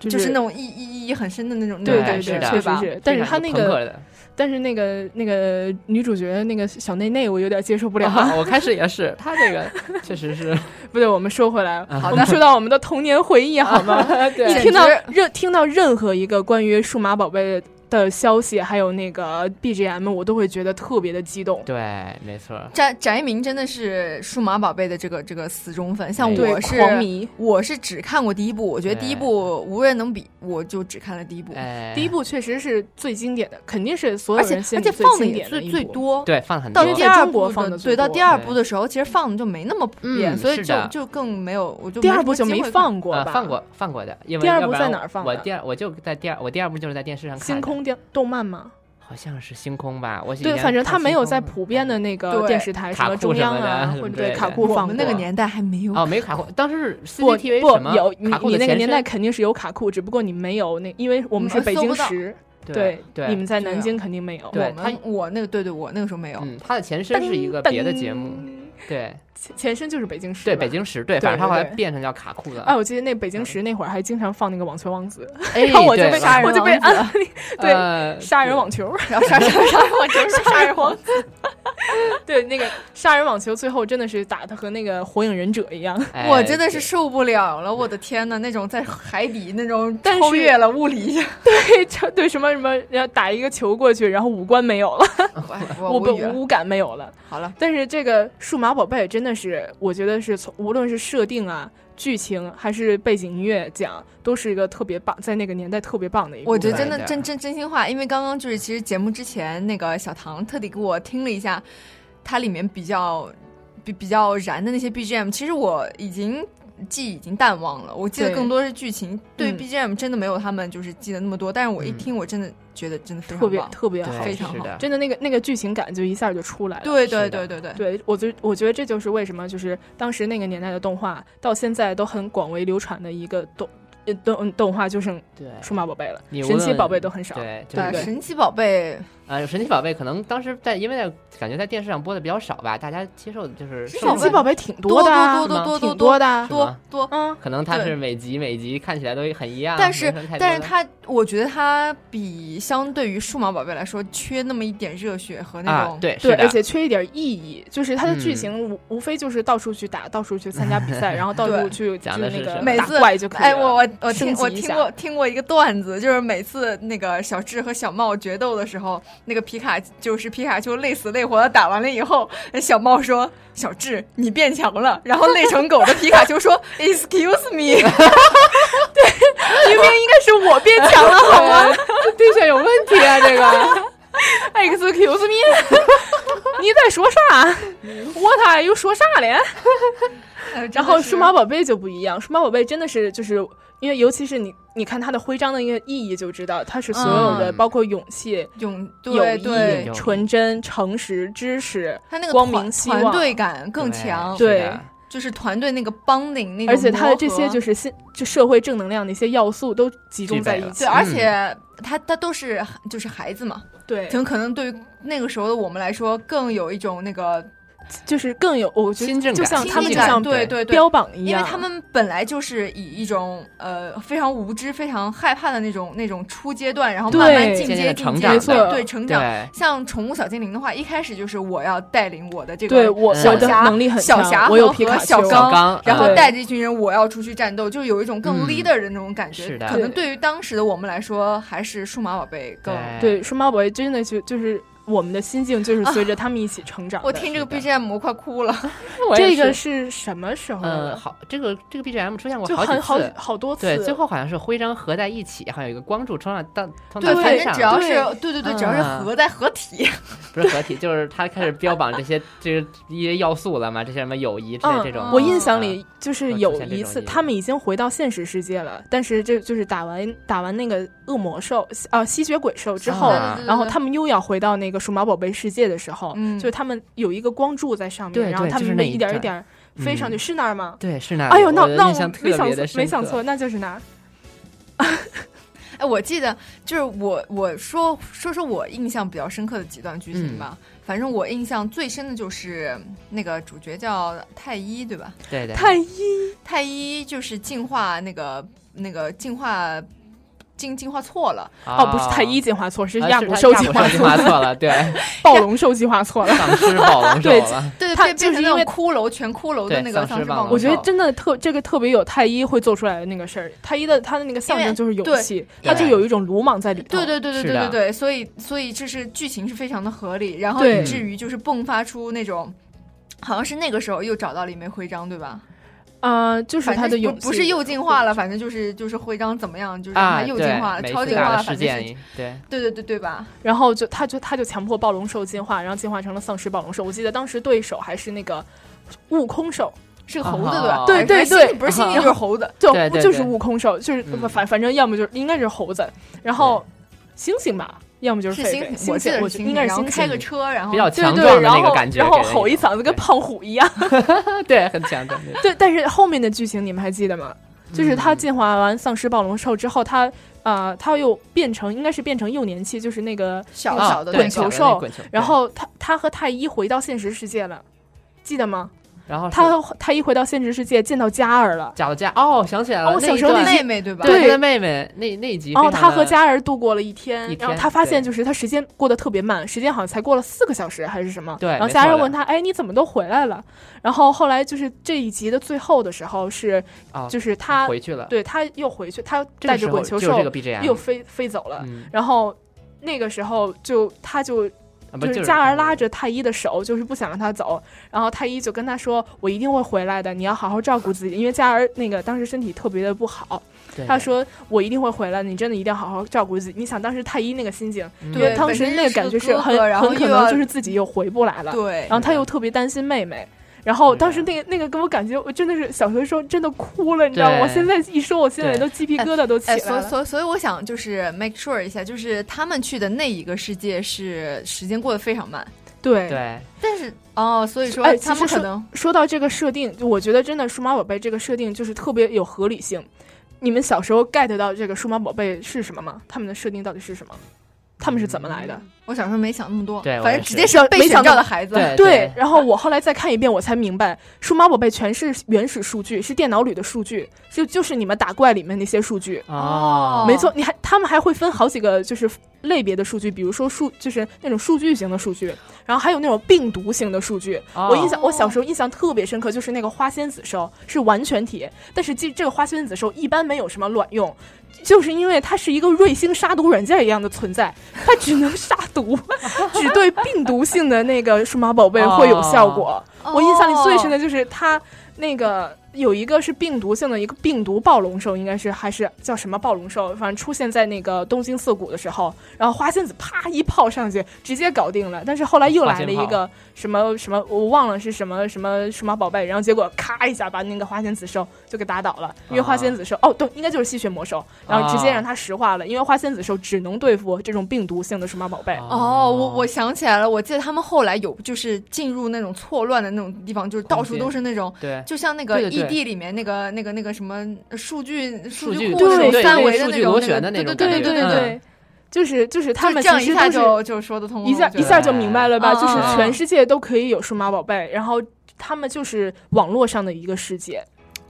就就是那种种意意意义很深的那种那对对种感对，觉是，的确对实吧？哎是，但是他那非常有朋个克的但是那个那个女主角那个小内内，我有点接受不 了。啊我开始也是，他这 个确实是 不对，我们说回来，好我们说到我们的啊 童年回忆好吗？一听到简任听到任何一个关于数码宝贝的消息，还有那个 BGM，我都会觉得特别的激动。对，没错，翟翟明真的是数码宝贝的这个这个死忠粉，像对我是哎狂迷。我是只看过第一部，我觉得对第一部无人能比，我就只看了第一部，哎，嗯第一部确实是最经典的，肯定是所而有且人心而里且最放的经也典的最一最部。多。对放很到因多为，第在二中国部放的得对，最到多第二对部的时候，其实放的就没那么普遍，嗯所以是就的就更没有，我就第没二什部么就机没会放过呃吧？放过放过的，因为第二要部不在然哪儿放我的第二我就在第二我第二部就是在电视上看星的，空电动漫吗？好像是星空吧，我以对，前反正看它没星空有嗯在的普遍的那个对电视台，卡么库中什央么的 啊，什或么者之类对的卡库我放们那个过年代还没有哦，没卡库，当时不 CCTV 什不么有你卡库你的那个前年代身肯定是有卡库，只不过你没有那，因为我们嗯是北搜京不到时，对你们在对南啊京肯定没有。对我他们我那个对对，我那个时候没有。嗯，它的前身是一个噔别的节目，，噔对前前身就是北京时吧，对，北京时对，反正它对后来对变成叫卡库了。哎，我记得那北京时那会儿还经常放那个网球王子，哎， 然后我就对被杀人我就被王子安利 对呃杀人对网球，然后 啥啥啥，我就是杀人王子。对，那个杀人网球最后真的是打的和那个火影忍者一样， 哎我真的是对受不了了，我的天呐，那种在海底那种但超是越了物理 一下，对，这对什么什么，然后打一个球过去，然后五官没有了，哎我我不无啊语了。五感没有了。好了，但是这个数码宝贝真的是，我觉得是从无论是设定啊、剧情还是背景音乐讲，都是一个特别棒，在那个年代特别棒的一个。我觉得对真的对真真真心话，因为刚刚就是其实节目之前那个小唐特地给我听了一下，它里面比较比比较燃的那些 BGM，其实我已经。记已经淡忘了，我记得对更多是剧情，对于嗯 BGM 真的没有他们就是记得那么多，但是我一嗯听我真的觉得真的非常特别棒，特别对好，非常是好的真的那个那个剧情感就一下就出来了。对是对的对对对，对，我觉我觉得这就是为什么就是当时那个年代的动画到现在都很广为流传的一个动呃动动画，就剩对数码宝贝了你，无神奇论宝贝都很少。对，就对是对神奇宝贝呃，神奇宝贝可能当时在因为在感觉在电视上播的比较少吧，大家接受的就是神神奇宝贝挺多的啊，多多多挺多的啊。多吗多，嗯，可能它对是每集每集看起来都很一样，但啊没是什么太但是多的它，我觉得它比相对于数码宝贝来说，缺那么一点热血和那啊种，，对，是对，的而且缺一点意义，就是它的嗯剧情无、无非就是到处去打，到处去参加比赛，然后到处对去就讲的那是个什么每打次怪就可以了。哎，我 我我升听我级一听下过听过一个段子，就是每次那个小智和小茂决斗的时候，那个皮卡就是皮卡丘累死累活的打完了以后，小茂说：“小智，你变强了。”然后累成狗的皮卡丘说 ：“Excuse me。” 明明应该是我变强了，好吗？ 对选有问题啊，这个 Excuse me，你 在说啥？What are you 说啥嘞？哎然后数码，宝贝就不一样，数码宝贝真的是就是因为尤其是你你看它的徽章的一个意义就知道，它是所有的、嗯包括勇气、真的是友勇对谊对，、对纯真、诚实、知识，他那个光团明希团望队感更强，对就是团队那个 bonding 那种，而且它的这些就是新就社会正能量的一些要素都集中具备在一了起对，。而且他他都是就是孩子嘛，对，可能可能对于那个时候的我们来说，更有一种那个就是更有，我觉亲得政就感像亲他们近就感像对对对，标榜一因样，为他们本来就是以一种呃非常无知、非常害怕的那种那种初阶段，然后慢慢对进渐渐阶地进成阶，长的对成长。对像宠物小精灵的话，一开始就是我要带领我的这对个我小我的侠能力很小强侠我有和皮卡丘，小小刚刚，然后嗯对带着这群人，我要出去战斗，就是有一种更嗯 leader 的那种感觉。是的可能对对于当时的我们来说，还是数码宝贝更。对，数码宝贝真的就就是我们的心境就是随着他们一起成长的。啊我听这个是的 BGM 我快哭了。这个是什么时候呃，的？好，这个这个 BGM 出现过就好几很好次，好多次，对，最后好像是徽章合在一起，还有一个光柱冲上到冲到对反天正上，只要是对对对对，只要是嗯合在合体，不是合体， 就是他开始标榜这些 这些一些要素了嘛，这些什么友谊之类这种。我印嗯象里就是会出有现这一种次，意义他们已经回到现实世界了，但是这就是打完打完那个恶魔兽啊吸血鬼兽之后，啊然后嗯对对对他们又要回到那个数码宝贝世界的时候，嗯就是他们有一个光柱在上面，对然后对他就是们那一一点段一点飞上去，嗯是那儿吗？对，是那里。哎呦，那我的那印我象没特想别的错，深没想刻错，，那就是那儿。哎，我记得就是我我说说说我印象比较深刻的几段剧嗯情吧。反正我印象最深的就是那个主角叫太一，对吧？对对，太一太一就是进化那个那个进化。进进化错了，哦，不是太一啊进化错，是是亚古兽进进化错，化错 了，对，暴龙兽进 化错了。丧尸暴龙兽对了，对它变就是变因成那种为骷髅全骷髅的对那个丧丧尸尸暴暴我龙觉得兽真的特这个特别有太一会做出来的那个事儿，太一的他的那个象因为征就是勇对气，对他就有一种鲁莽在里头。对对对对是对的对对，所以所以这是剧情是非常的合理，然后对以至于就是迸发出那种。好像是那个时候又找到了一枚徽章，对吧？啊、就是反他正的不勇气不是又进化了，反正就是就是徽章怎么样，就是让啊，它又进对化了，每超次进大化的了，事反正是件，对，对对对对吧？然后就他就他就强迫暴龙兽进化，然后进化成了丧尸暴龙兽。我记得当时对手还是那个悟空兽，是个猴子哦对吧？对还是对对蜥啊蜴不是蜥蜴就是猴子。就对对对就是悟空兽，就是嗯反、反正要么就是应该是猴子，然后猩猩吧，要么就是是狒星狒，我猩记得猩，我是觉星得应该是然后猩开猩个。车，然后比较哦对强对壮的然那个后感觉，然后给人吼一种嗓子跟胖虎一样。对 对，很强壮，对 对，但是后面的剧情你们还记得吗？就是他嗯进化完丧尸暴龙兽之后，他呃，他又变成应该是变成幼年期，就是那个小啊哦小的对那滚种球小的那兽滚球，然对后他他和太一回到现实世界了，记得吗？然后他和太一回到现实世界见到嘉儿了，脚架哦，想起来了，哦我那小一时候段那集妹妹对吧？对对他的妹妹那那一集非常然后的，哦他和嘉儿度过了一天，一然后天他发现对就是他时间过得特别慢，时间好像才过了四个小时还是什么。对然后没嘉错儿的问他，哎，你怎么都回来了？然后后来就是这一集的最后的时候是，哦就是他回去了，对他又回去，他这个带时着候滚球就有兽这个 BGM，又飞飞走了，嗯，然后。那个时候就他就啊不就是是嘉儿拉着太一的手，就是不想让他走。然后太一就跟他说：“我一定会回来的，你要好好照顾自己。”因为嘉儿那个当时身体特别的不好，对他说：“我一定会回来，你真的一定要好好照顾自己。”你想当时太一那个心情，嗯因为对当时本身那个是感个觉哥是很哥然后很可又要能就是自己又回不来了，对啊然后他又特别担心妹妹。然后当时是那个那个给我感觉，我真的是小学时候真的哭了，你知道吗？对我现在一说，我心里对都鸡皮疙瘩都起来哎，了。所以所以所以我想就是 make sure 一下，就是他们去的那一个世界是时间过得非常慢，对对，但是哦，所以说哎他其们实可说能说到这个设定，就我觉得真的数码宝贝这个设定就是特别有合理性。你们小时候 get 到这个数码宝贝是什么吗？他们的设定到底是什么？他们是怎么来的？我小时候没想那么多，对我反也正直是接是被没选想掉到的孩子，对对，然后我后来再看一遍，我才明白，数码宝贝全是原始数据，是电脑里的数据，就就是你们打怪里面那些数据。哦，没错，你还他们还会分好几个就是类别的数据，比如说数就是那种数据型的数据，然后还有那种病毒型的数据。哦我印象我小时候印象特别深刻，就是那个花仙子兽是完全体，但是这这个花仙子兽一般没有什么卵用。就是因为它是一个瑞星杀毒软件一样的存在，它只能 杀毒，只对病毒性的那个数码宝贝会有效果。哦我印象里最深的就是它那个有一个是病毒性的一个病毒暴龙兽，应该是还是叫什么暴龙兽，反正出现在那个东京涩谷的时候，然后花仙子啪一炮上去，直接搞定了。但是后来又来了一个什么什么，我忘了是什么什么数码宝贝，然后结果咔一下把那个花仙子兽就给打倒了，因为花仙子兽、哦对，应该就是吸血魔兽，然后直接让它石化了，因为花仙子兽只能对付这种病毒性的数码宝贝。哦，我我想起来了，我记得他们后来有就是进入那种错乱的那种地方，就是到处空间都是那种。对就像那个对对 ED 里面那个那个那个什么数据数数据据库对那种对三对维的数那据种螺旋的那那个种对对感觉对对嗯对，就是就是他就们这样其一实下都是就就说得通了，一下我觉一得下就明白了吧？啊就是啊啊全世界都可以有数码宝贝，然后他们就是网络上的一个世界。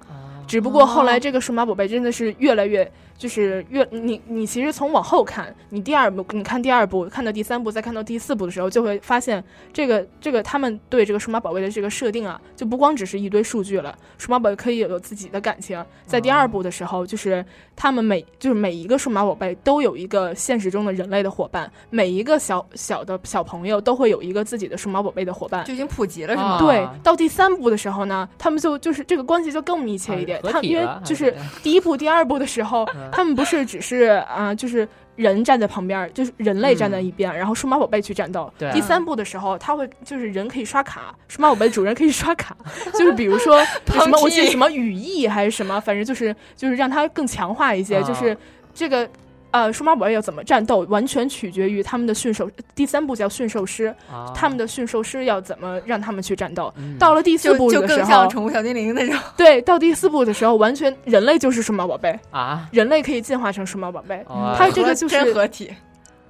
哦只不过后来这个数码宝贝真的是越来越，就是越你你其实从往后看，你第二部你看第二部，看到第三部，再看到第四部的时候，就会发现这个这个他们对这个数码宝贝的这个设定啊，就不光只是一堆数据了，数码宝贝可以有自己的感情。在第二部的时候，就是他们每就是每一个数码宝贝都有一个现实中的人类的伙伴，每一个小小的小朋友都会有一个自己的数码宝贝的伙伴。就已经普及了，是吗？啊对，到第三部的时候呢，他们就就是这个关系就更密切一点。哎合他们体因为了还就是第一部、第二部的时候， 嗯他们不是只是啊、就是人站在旁边儿，就是人类站在一边，然后数码宝贝去战斗。嗯对啊第三部的时候，他会就是人可以刷卡，数码宝贝主人可以 刷卡，就是比如说什么，我记得什么羽翼还是什么，反正就是就是让它更强化一些，啊就是这个。呃，数码宝贝要怎么战斗，完全取决于他们的驯兽。第三部叫驯兽师，啊他们的驯兽师要怎么让他们去战斗。嗯到了第四就部就的时更像候，宠物小精灵那种。对，到第四部的时候，完全人类就是数码宝贝，啊，人类可以进化成数码宝贝。哦它这个嗯就是真合体，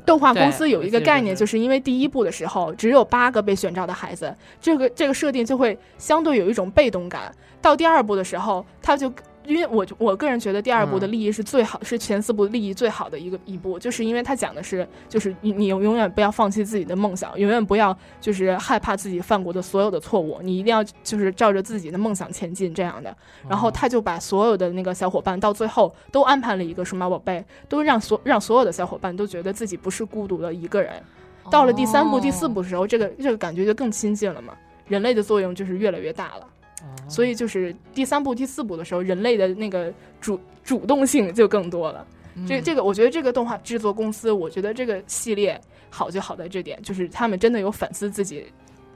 动画公对司有一个概念，是是是就是因为第一部的时候只有八个被选召的孩子，这个这个设定就会相对有一种被动感。到第二部的时候，它就因为我我个人觉得第二部的嗯利益是最好，是前四部利益最好的一个一部，就是因为它讲的是，就是你你永远不要放弃自己的梦想，永远不要就是害怕自己犯过的所有的错误，你一定要就是照着自己的梦想前进这样的。然后他就把所有的那个小伙伴到最后都安排了一个数码宝贝，都让所让所有的小伙伴都觉得自己不是孤独的一个人。到了第三部、第四部的时候，这个这个感觉就更亲近了嘛，人类的作用就是越来越大了。哦所以就是第三部、第四部的时候，人类的那个主主动性就更多了。嗯这这个，我觉得这个动画制作公司，我觉得这个系列好就好在这点，就是他们真的有反思自己，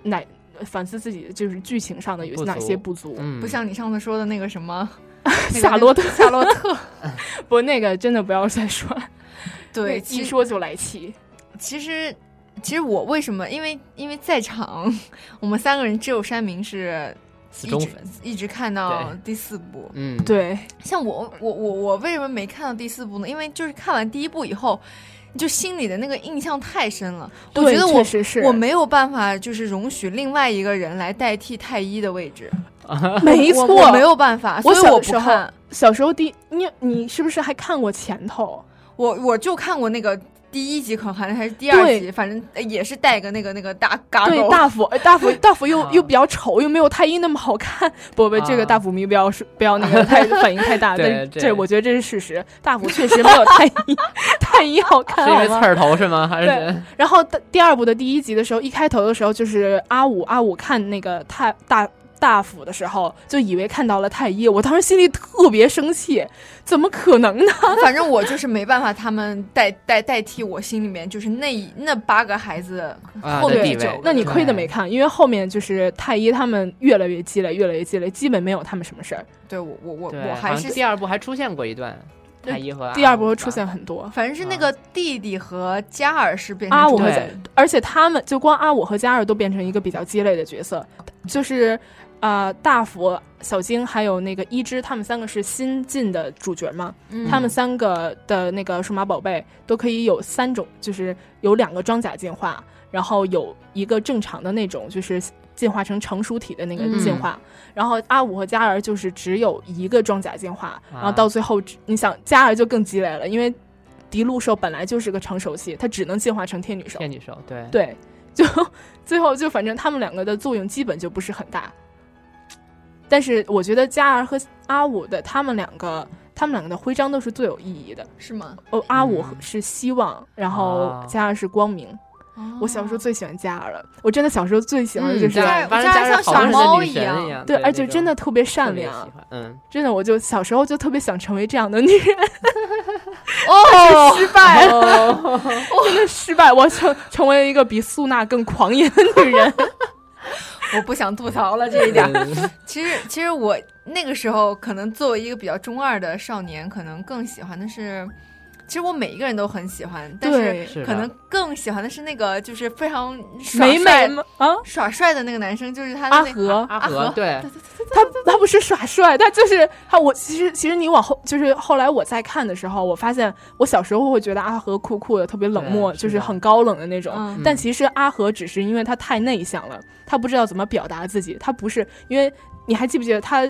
哪反思自己就是剧情上的有不足哪些不足。嗯，不像你上次说的那个什么 夏洛特，夏洛特， 不，那个真的不要再说，对，一其实说就来气。其实其实我为什么？因为因为在场我们三个人只有山明是死一忠直粉，一直看到对第四部，嗯，，对，像我我我我为什么没看到第四部呢？因为就是看完第一部以后，就心里的那个印象太深了，我对觉得我确实是 我没有办法，就是容许另外一个人来代替太一的位置，没错，我我没有办法，所我以小我的时不候看，小时候第你你是不是还看过前头？我我就看过那个第一集，可能还是第二对集，反正呃也是带个那个那个大嘎对，狗，大福，呃 大福，大福又啊又比较丑，又没有太医那么好看。不不，这啊个大福迷不要是不要那个 太反应太大，对但是对这我觉得这是事实。大福确实没有太医太医好看， 是因为好刺吗儿头是吗？还是对然后第第二部的第一集的时候，一开头的时候就是阿五阿五看那个太大大辅的时候，就以为看到了太医，我当时心里特别生气，怎么可能呢？ 反正我就是没办法，他们代代代替我心里面就是那一那八个孩子啊后的面地九个位？那你亏得对没看，因为后面就是太医他们越来越积累，越来越积累，基本没有他们什么事儿。对我我我对，我好还像是第二部还出现过一段，对太一和第二部阿会五出现很多，反正是那个弟弟和嘉尔是变成阿五主和角嘉对，而且他们就光阿五和嘉二都变成一个比较鸡肋的角色，就是呃大福、小晶还有那个一之，他们三个是新进的主角嘛，嗯他们三个的那个数码宝贝都可以有三种，就是有两个装甲进化，然后有一个正常的那种，就是进化成成熟体的那个嗯进化。然后阿五和嘉儿就是只有一个装甲进化，啊然后到最后只，你想嘉儿就更鸡肋了，因为迪路兽本来就是个成熟系，它只能进化成天女兽。天女兽，对，对，就最后就反正他们两个的作用基本就不是很大。但是我觉得嘉儿和阿五的他们两个，他们两个的徽章都是最有意义的。是吗？哦，阿五嗯是希望，然后啊嘉儿是光明。哦我小时候最喜欢嘉儿了，我真的小时候最喜欢的嗯，就是加嘉儿尔反正加加尔尔像好小像是猫女一神样一样，对，而且那种真的特别特善别良喜，欢， 嗯，真的，我就小时候就特别想成为这样的女人， 哦，失败了，真的失败，我成成为了一个比素娜更狂野的 女人。 我不想吐槽了这一点儿。嗯其实，其实我那个时候可能作为一个比较中二的少年，可能更喜欢的是，其实我每一个人都很喜欢，但是对是可的能更喜欢的是那个就是非常耍美美帅吗？啊，耍帅的那个男生，就是他的阿那和，阿阿和和对，他他不是耍帅，他就是他。我其实其实你往后就是后来我再看的时候，我发现我小时候会觉得阿和酷酷的，特别冷漠，嗯对是就的是很高冷的那种。嗯但其实阿和只是因为他太内向了，他不知道怎么表达自己，他不是因为你还记不记得他？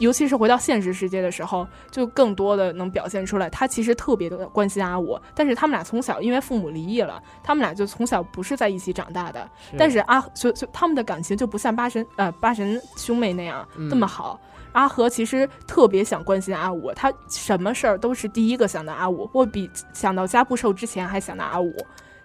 尤其是回到现实世界的时候，就更多的能表现出来，他其实特别的关心阿五。但是他们俩从小因为父母离异了，他们俩就从小不是在一起长大的，但是阿就就他们的感情就不像八神呃八神兄妹那样嗯这么好。阿和其实特别想关心阿五，他什么事儿都是第一个想到阿五，或比想到加布兽之前还想到阿五，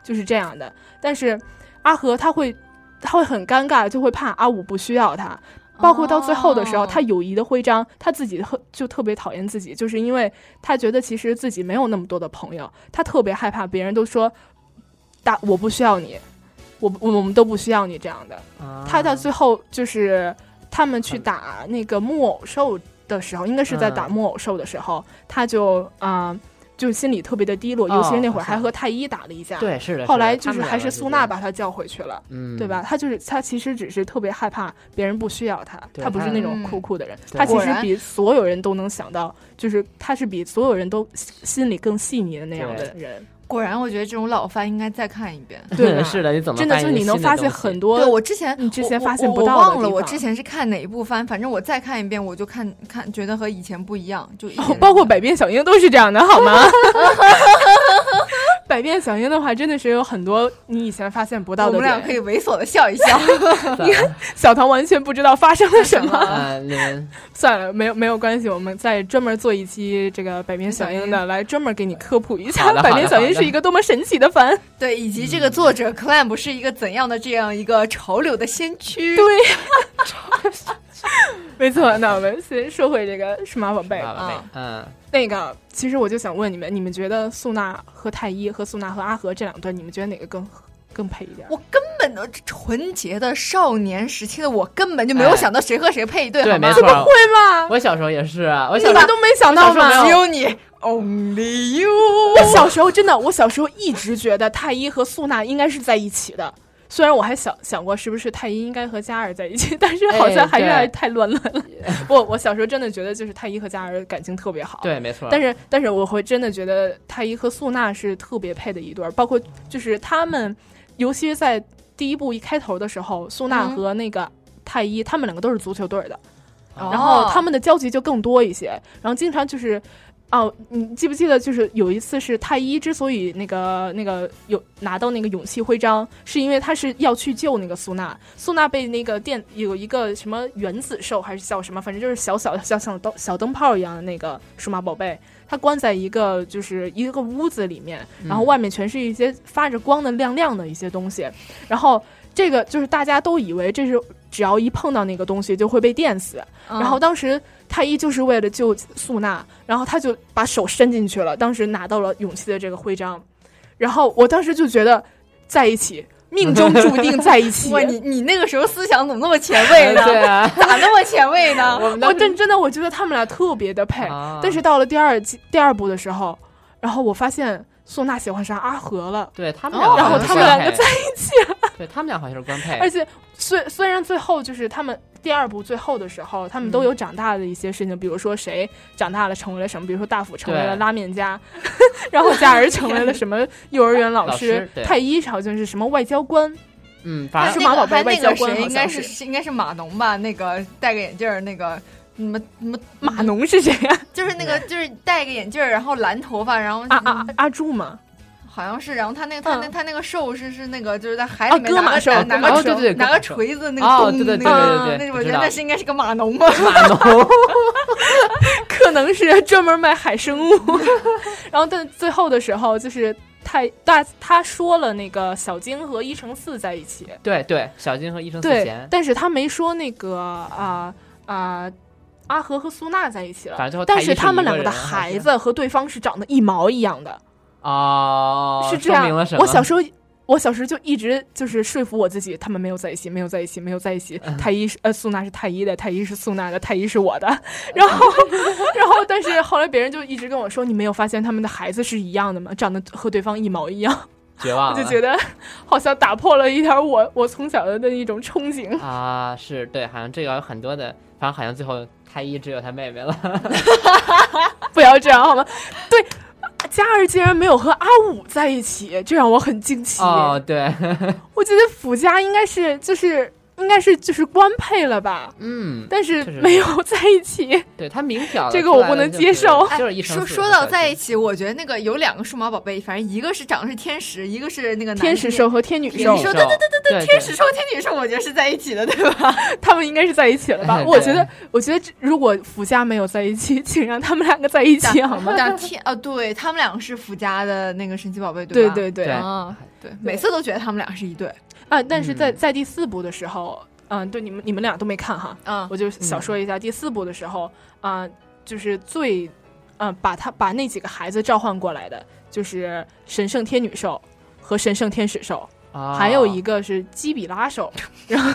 就是这样的。但是阿和他会他会很尴尬，就会怕阿五不需要他。包括到最后的时候，哦他友谊的徽章，他自己特就特别讨厌自己，就是因为他觉得其实自己没有那么多的朋友，他特别害怕别人都说大我不需要你，我不我们都不需要你这样的。啊他到最后就是他们去打那个木偶兽的时候，应该是在打嗯木偶兽的时候，他就啊、就心里特别的低落，哦尤其是那会好儿像还和太一打了一架。对是的，后的来他就们是两还个是就苏娜把他叫回去了，嗯对吧？？他就是他其实只是特别害怕别人不需要他，对他不是他那种嗯酷酷的人，对他其果实然比 所有人都能想到，就是他是比所有人都心心里更细腻的那样的人。果然，我觉得这种老番应该再看一遍。对吧是的，你怎么真的翻就译是你能新的发现东西很多对我之前，嗯你之我前我发现我不我到的忘了地我方之前是看哪一部番，反正我再看一遍，我就看看觉得和以前不一样，就一点哦都包括不一百变小樱都是这样的，好吗？ 百变小樱的话，真的是有很多你以前发现不样到我的们俩点。可以猥琐的笑 一笑。小唐完全不知道发生了什 发生么。了呃，你们算了，没有没有关系，我们再专门做一期这个百变小樱小的，来专门给你科普一下好的好的百变小樱好的是一个多么神奇的番。对，以及这个作者 Clamp 是一个怎样的这样一个潮流的先驱。对呀，没错。那我们先说回这个数码宝贝。好吧啊嗯，那个，其实我就想问你们，你们觉得素娜和太一和素娜和阿和这两对，你们觉得哪个更更配一点？我根本都纯洁的少年时期的我根本就没有哎想到谁和谁配对，对，好没吗？ 错儿，会吗？我小时候也是啊，我你小时们候都没想到我小时候吗没只？有你，Only You。我小时候真的，我小时候一直觉得太一和素娜应该是在一起的。虽然我还想想过是不是太一应该和嘉儿在一起， 但是好像还是哎对太乱伦了。 我我小时候真的觉得就是太一和嘉儿感情特别好，对，没错儿，但是但是我会真的觉得太一和素娜是特别配的一对儿，包括就是他们，尤其是在第一部一开头的时候，素娜嗯和那个太一，他们两个都是足球队儿的，哦然后他们的交集就更多一些，然后经常就是。哦，你记不记得，就是有一次是太一之所以那个那个有拿到那个勇气徽章，是因为他是要去救那个苏娜，苏娜被那个电有一个什么原子兽还是叫什么，反正就是小小小小灯小灯泡一样的那个数码宝贝，它关在一个就是一个屋子里面，然后外面全是一些发着光的亮亮的一些东西，然后这个就是大家都以为这是只要一碰到那个东西就会被电死，嗯，然后当时太一就是为了救素娜，然后他就把手伸进去了，当时拿到了勇气的这个徽章，然后我当时就觉得在一起，命中注定在一起。哇，你你那个时候思想怎么那么前卫呢？ 对啊，咋那么前卫呢？我们我当时哦真真的我觉得他们俩特别的配，啊但是到了第二季第二部的时候，然后我发现素娜喜欢上阿和了。对他们俩，然后他们两个在一起，对他们俩好像是官配，而且虽虽然最后就是他们第二部最后的时候，他们嗯都有长大的一些事情，比如说谁长大了成为了什么，比如说大辅成为了对拉面家， 然后佳儿成为了什么幼儿园老老师对太一好像是什么外交官，嗯，反还正是马宝贝还那外交个官谁好应该像是是是应该是码农吧？那个戴个眼镜儿那个。什么什么码农是谁啊呀、就是那个就是戴个眼镜儿，然后蓝头发，然后啊？阿嗯阿阿朱嘛，好像是，然后他那个他那嗯他那个兽是是那个就是在海啊里面戈拿马个哎兽拿拿戈马个兽哦对对对拿戈个马锤子那哦个对对对咚那个啊对对对那我觉知得道那是应该是个码农吧？码农，可能是 专门卖海生物。 然后但最后的时候就是。太大，他说了那个小金和一乘四在一起，对对，小金和一生四对贤，，但是他没说那个啊啊、阿和和苏娜在一起了反，正最后但是是他们两个的一人好像孩子和对方是长得一毛一样的，哦，是这说样明了什。么？我小时候，我小时候就一直就是说服我自己，他们没有在一起，没有在一起，没有在一起。嗯太一是呃素娜是太一的，太一是素娜的，太一是我的。 然后，然后，但是后来别人就一直跟我说，你没有发现他们的孩子是一样的吗？长得和对方一毛一样，绝望我了，就觉得好像打破了一点我我从小的那一种憧憬。啊，是对，好像这个有很多的，反正好像最后太一只有他妹妹了，不要这样好吗？对，嘉儿竟然没有和阿武在一起，这让我很惊奇。哦，对，我觉得辅家应该是就是应该是就是官配了吧，嗯，但是确实没有在一起。对他明挑了这个出我来不了能就接是受就是一生说四说和到小在金一起，我觉得那个有两个数码宝贝，反正一个是长的是天使，一个是那个男天使兽，和天女天兽使，兽，兽对对对对对天对使兽、天女兽，我觉得是在一起的，对 吧？他们应该是在一起了吧？ 对我觉得，我觉得这如果辅家没有在一起， 请让他们两个在一起好吗？但天啊，对他们两个是福家的那个神奇宝贝，对吧？对 嗯对对啊，对，每次都觉得他们俩是一对，啊！但是在嗯在第四部的时候，嗯，对你们你们俩都没看哈，嗯我就小说一下第四部的时候啊，就是最嗯把他把那几个孩子召唤过来的，就是神圣天女兽和神圣天使兽。啊还有一个是基比拉手，然后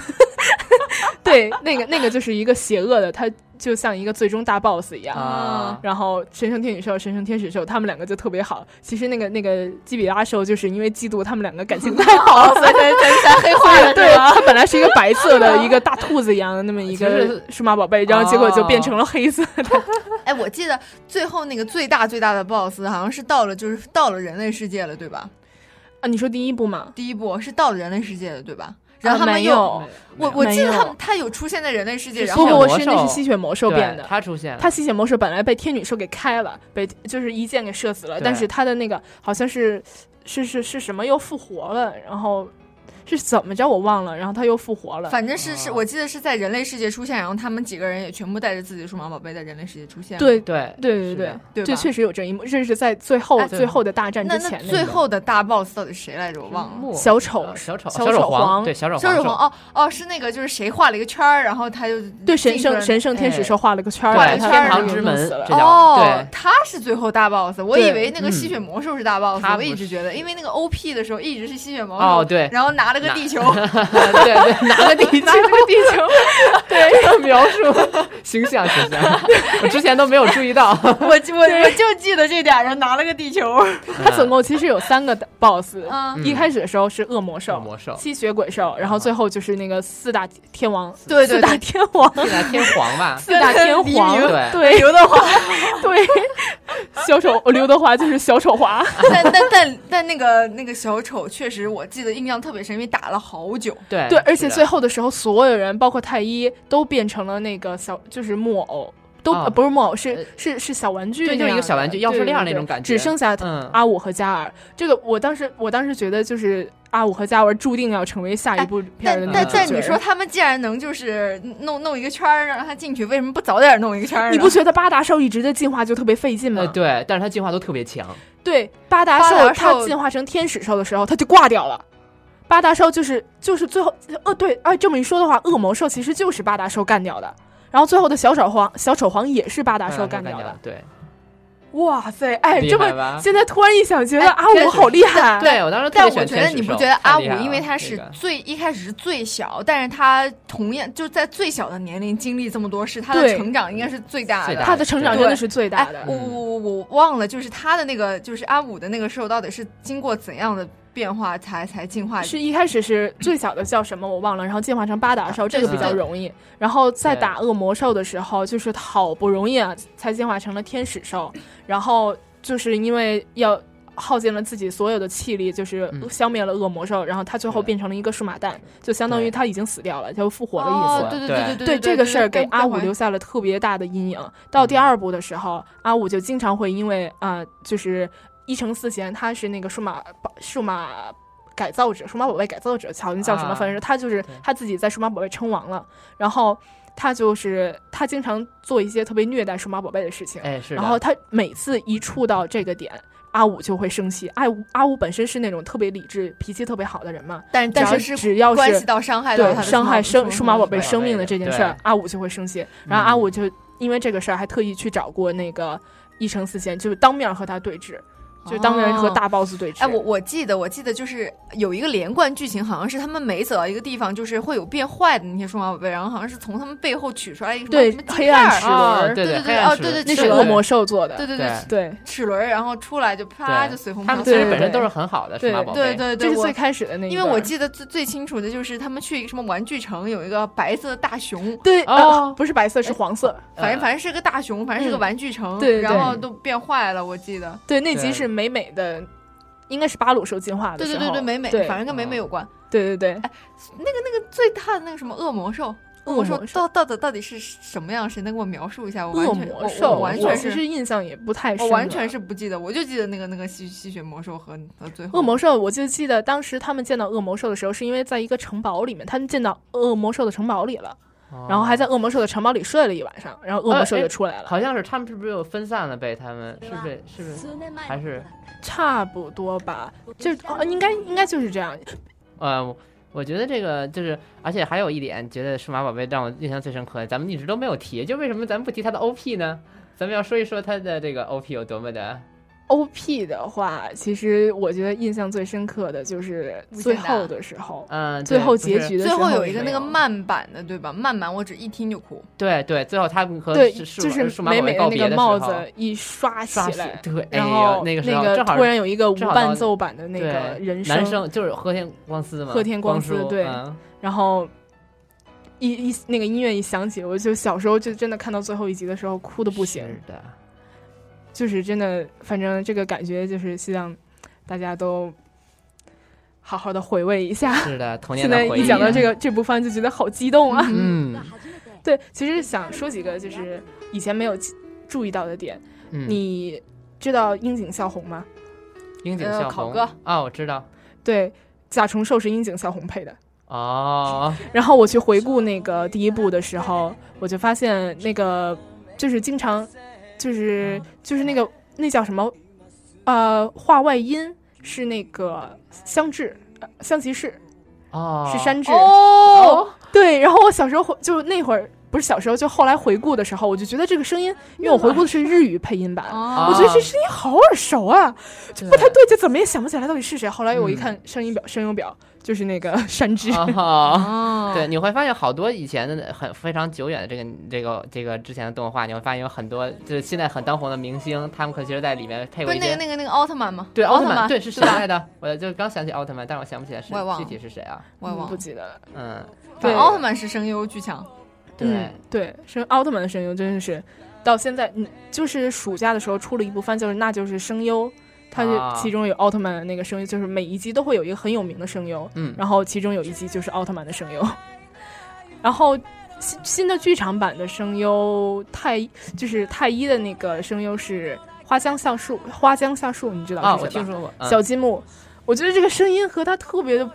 对那个那个就是一个邪恶的，他就像一个最终大 boss 一样。啊，然后神圣天女兽、神圣天使兽，他们两个就特别好。其实那个那个基比拉兽，就是因为嫉妒他们两个感情太好 哦了，所以对对，咱黑化了，对吧？他本来是一个白 色的一个大兔子一样的那么一其实个数码宝贝，然后结果就变成了黑色的。哎，我记得最后那个最大最大的 BOSS 好像是到了，就是到了人类世界了，对吧？ 啊，你说第一部嘛？第一部是到了人类世界的，对吧？然后他们啊没又，有，我我记得没有他们他有出现在人类世界，是然不后不魔不是那兽是吸血魔兽对变的。他出现了，他吸血魔兽本来被天女兽给开了，被就是一箭给射死了，对但是他的那个好像是是是是什么又复活了，然后是怎么着我忘了，然后他又复活了。反正是是我记得是在人类世界出现，然后他们几个人也全部带着自己的数码宝贝在人类世界出现。，对对对对是对的对吧这确实有这一幕，这是在最后哎最后的大战那之那前最后的大 boss 到底谁来着？我忘了。幕小丑呃小丑小小丑皇皇对小丑小是丑皇哦哦，是那个就是谁画了一个圈儿，然后他就对神进去圣了神圣天使兽画了个圈儿，对把他天堂给之弄门死了这叫哦对，嗯他是最后大 boss，我对以为那个吸血魔兽是大 boss，、他我不一直觉得，因为那个 OP 的时候一直是吸血魔兽，哦对然后拿了个地 球， 对对，拿个地 拿了个地球， 对描述形象形象， 我之前都没有注意到。我我我就记得这点儿，然后拿了个地球，他总共其实有三个 boss，嗯 啊， 一开始的时候是恶魔兽、恶魔兽吸血鬼兽，然后最后就是那个四大天王，对对四大对天 王，进来天皇嗯吧，四大天黎明皇，对对刘德华， 对，小丑刘德华就是小丑华，但但但但那个那个小丑确实我记得印象特别深，因为打了好久，对对，而且是的最后的时候，所有人包括太一都变成了那个小，就是木偶。都、啊呃不是木偶，是、呃是是小玩具那对就样的，是一个小玩具钥匙对链儿对那种对感觉只剩下嗯阿五和嘉尔。这个我当时我当时觉得就是阿五和嘉尔注定要成为下一部片哎但儿的但男主但你角说他们既然能就是弄弄一个圈儿让他进去，为什么不早点弄一个圈儿呢？你不觉得八达兽一直在进化就特别费劲吗？呃对，但是他进化都特别强，对，八达八达兽兽它进化成天使兽的时候，它就挂掉了。八达兽就是就是最后，呃，对，哎，这么一说的话，恶魔兽其实就是八达兽干掉的。然后最后的小丑皇，小丑皇也是八达兽嗯干干掉的。对哇塞，哎，厉这害么吧现在突然一想，觉得哎阿真五是好厉害。对，我当时特但别喜我欢觉天得使你不兽觉得太阿五厉害，了因为他那是个最一开始是最小，但是他同样就在最小的年龄经历这么多事，他的对成长应该是最大最的。大他的嗯成长对真的是最哎大的，。我我我我忘了，就是他的那个，就是阿五的那个兽，到底是经过怎样的变化才才进化？是一开始是最小的叫什么我忘了，然后进化成八达兽，这个对比较对容易。然后在对打恶魔兽的时候，就是好不容易啊才进化成了天使兽，然后就是因为要。耗尽了自己所有的气力，就是嗯消灭了恶魔兽，然后他最后是的变成了一个数码蛋，就相当于对他已经死掉了，就复活的意思。哦，对对对对对对这个事儿给阿五留留下了特别大的阴影。到第二部的时候，阿五就经常会因为啊、呃就是一乘四贤，他是那个数码宝数码改造者、数码宝贝改造者，好像叫什么，啊反正他就是对他自己在数码宝贝称王了，然后他就是他经常做一些特别虐待数码宝贝的事情，哎是的，然后他每次一触到这个点。阿五就会生气，阿五阿五本身是那种特别理智、脾气特别好的人嘛，但但只要是只要关是系到伤害到对他的伤害生数码宝贝宝贝生命的的这件对嗯事儿，阿五就会生气。然后阿五就因为这个事儿还特意去找过那个一城四贤，就是当面和他对峙，就是当面和哦大 boss 对峙。哎，我我记得，我记得就是有一个连贯剧情，好像是他们每走到一个地方，就是会有变坏的那些数码宝贝，然后好像是从他们背后取出来一个什么对什么黑暗齿齿轮啊儿，对对对对黑对暗哦齿对轮那对是对恶魔兽做的。对对对对，对，齿轮儿，然后出来就啪对就随风他们飘走其对实了。本身对都是很好的数对码宝贝，对这对对，是我最开始的那一因为段我儿记得最最清楚的就是他们去一个什么玩具城，有一个白色的大熊，对哦呃不是白色是黄色。呃反正反正是个大熊，反正是个玩具嗯城，对对然后都变坏了，我记得。对，那集对是美美的，应该是巴鲁兽进化的对时对候。对对，美美，对反正嗯跟哎美美有关。对对对，最大的那个什么恶魔兽，恶魔魔兽兽到到底到底是什么样？谁能给我描述一下？我恶完全我魔我兽，完我全其是实印象也不太深我了。完全是不记得，我就记得那个那个吸吸血魔兽和和最后恶魔兽，我就记得当时他们见到恶魔兽的时候，是因为在一个城堡里面，他们见到恶魔兽的城堡里了，哦然后还在恶魔兽的城堡里睡了一晚上，然后恶魔兽就出来了，好像是他们是不是又分散了被他们嗯是不是是不是还是差不多吧，嗯就哦，应该应该就是这样。呃，我我觉得这个就是，而且还有一点，觉得数码宝贝让我印象最深刻，咱们一直都没有提，就为什么咱们不提它的 OP 呢？咱们要说一说它的这个 OP 有多么的 O P 哦的话，其实我觉得印象最深刻的就是最后的时候，嗯，最对后不结是局的最时候后有也一个没那个慢版的，对吧？慢版我只一听就哭。对对，最后他们和对，数数就码是数码美宝贝美告那别个的帽时子候一刷起刷起来。对，哎然呦后那个时那候个正好突然有一个无正好到伴奏版的那对个人男生就是和田光司嘛，嗯和田光光司叔对嗯然后一一那个音乐一响起，我就小时候就真的看到最后一集的时候哭的不行，是的，就是真的，反正这个感觉就是希望大家都好好的回味一下。是 的，童年啊现的在回忆。一讲到这，个这部番就觉得好激动啊！ 嗯 对，其实想说几个就是以前没有注意到的点。嗯，你知道樱井孝宏吗？樱井呃孝考宏哥哦，我知道对，甲虫兽是樱井孝宏配的。哦，然后我去回顾那个第一部的时候，我就发现那个就是经常就是就是那个那叫什么呃话外音是那个香治。呃香吉士哦， 是山治，哦，对。然后我小时候回就那会儿不是小时候，就后来回顾的时候，我就觉得这个声音，因为我回顾的是日语配音版，哦我觉得这声音好耳熟啊，就不太对劲，怎么也想不起来到底是谁。后来我一哦嗯看声音表，声优表就是那个山治， 哦，哦对，，你会发现好多以前的很非常久远的这个这个这个之前的动画，你会发现有很多就是现在很当红的明星，他们可其实在里面配不过是一那个些。那个那个奥特曼吗？对奥奥特曼，曼，对是谁吧？来的？我就刚想起奥特曼，但是我想不起来是我也忘具了体是谁啊？我也忘不了。记得了。嗯，对反正奥特曼是声优巨强，对嗯，对，声奥特曼的声优真的是到现在，嗯，就是暑假的时候出了一部番，就是那就是声优，它啊就其中有奥特曼的那个声优，就是每一集都会有一个很有名的声优，嗯，然后其中有一集就是奥特曼的声优， 然后新新的剧场版的声优太就是太一的那个声优是花江夏树，花江夏树你知道啊，是我谁吧听说过，嗯小金木，我觉得这个声音和他特别的，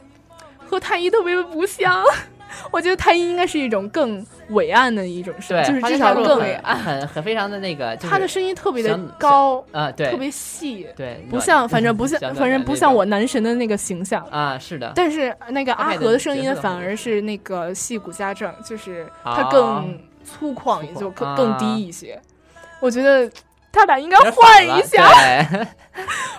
和太一特别的不像。 我觉得太一应该是一种更伟岸的一种声，对，就是花至千少骨更很很很非常的那个，就是他的声音特别的想高，啊，对，嗯特别细，对，不暖像反正不像暖暖反正的不那像种我男神的那个形象。 啊，是 的，但是那个阿配的和的声角音色反很而是那个戏骨家政，就是啊他更粗犷，也就粗犷更啊更低一些。我觉得他俩应该有点换反了一下， 对，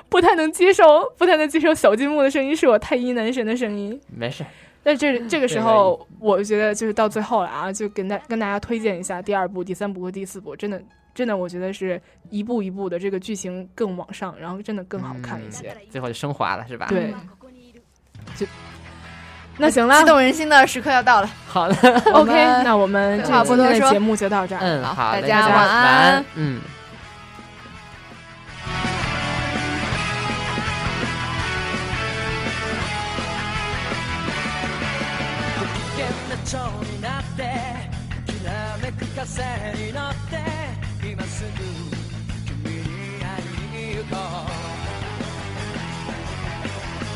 不太能接受，不太能接受小金木的声音是我太一男神的声音。没事儿，但这嗯这个时候，我觉得就是到最后了啊，就跟大跟大家推荐一下第二部、第三部和第四部，真的真的，我觉得是一步一步的这个剧情更往上，然后真的更好看一嗯些。嗯最后就升华了是吧？，对，那行 啦激动人心的时刻要到了。好的， ，OK，们那我们这话不今多天的说节目就到这儿。嗯，好好的，大家大家晚晚安安，嗯。危険な蝶になってきらめく風に乗って今すぐ君に会いに行こう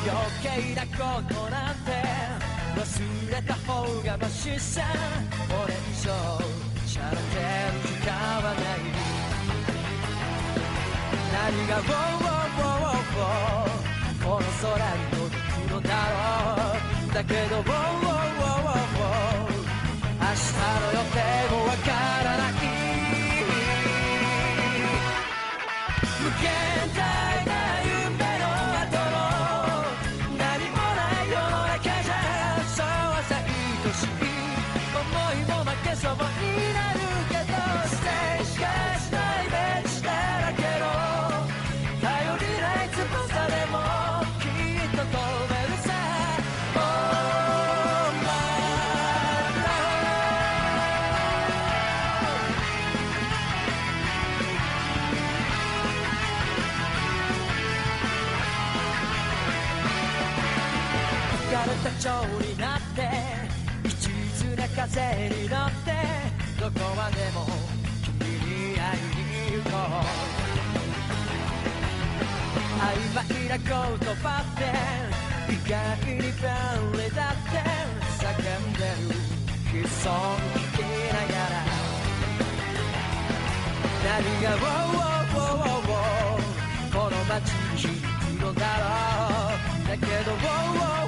余計なことなんて忘れた方がマシさこれ以上しゃらける時間はない何が「ウォーウォーウォーウォーウォーこの空に届くのだろう」「だけどウォーウォーウォーウォーウォー明日の予定もわからない」「無限大な夢の後の何もない世の中じゃそうさ愛しい」「思いも負けそうになるけど」「ステーしかしないベンチだらけの」「頼りない翼でもきっと飛べるさ」「Oh my love」浮かれた蝶になって一途な風に乗ってどこまでも君に会いに行こう曖昧な言葉って意外に便利だって叫んでる悲壮聞きながら何が「ウォーウォーウォーウォーウォー」この街に響くのだろうだけど「ウォーウォーウォー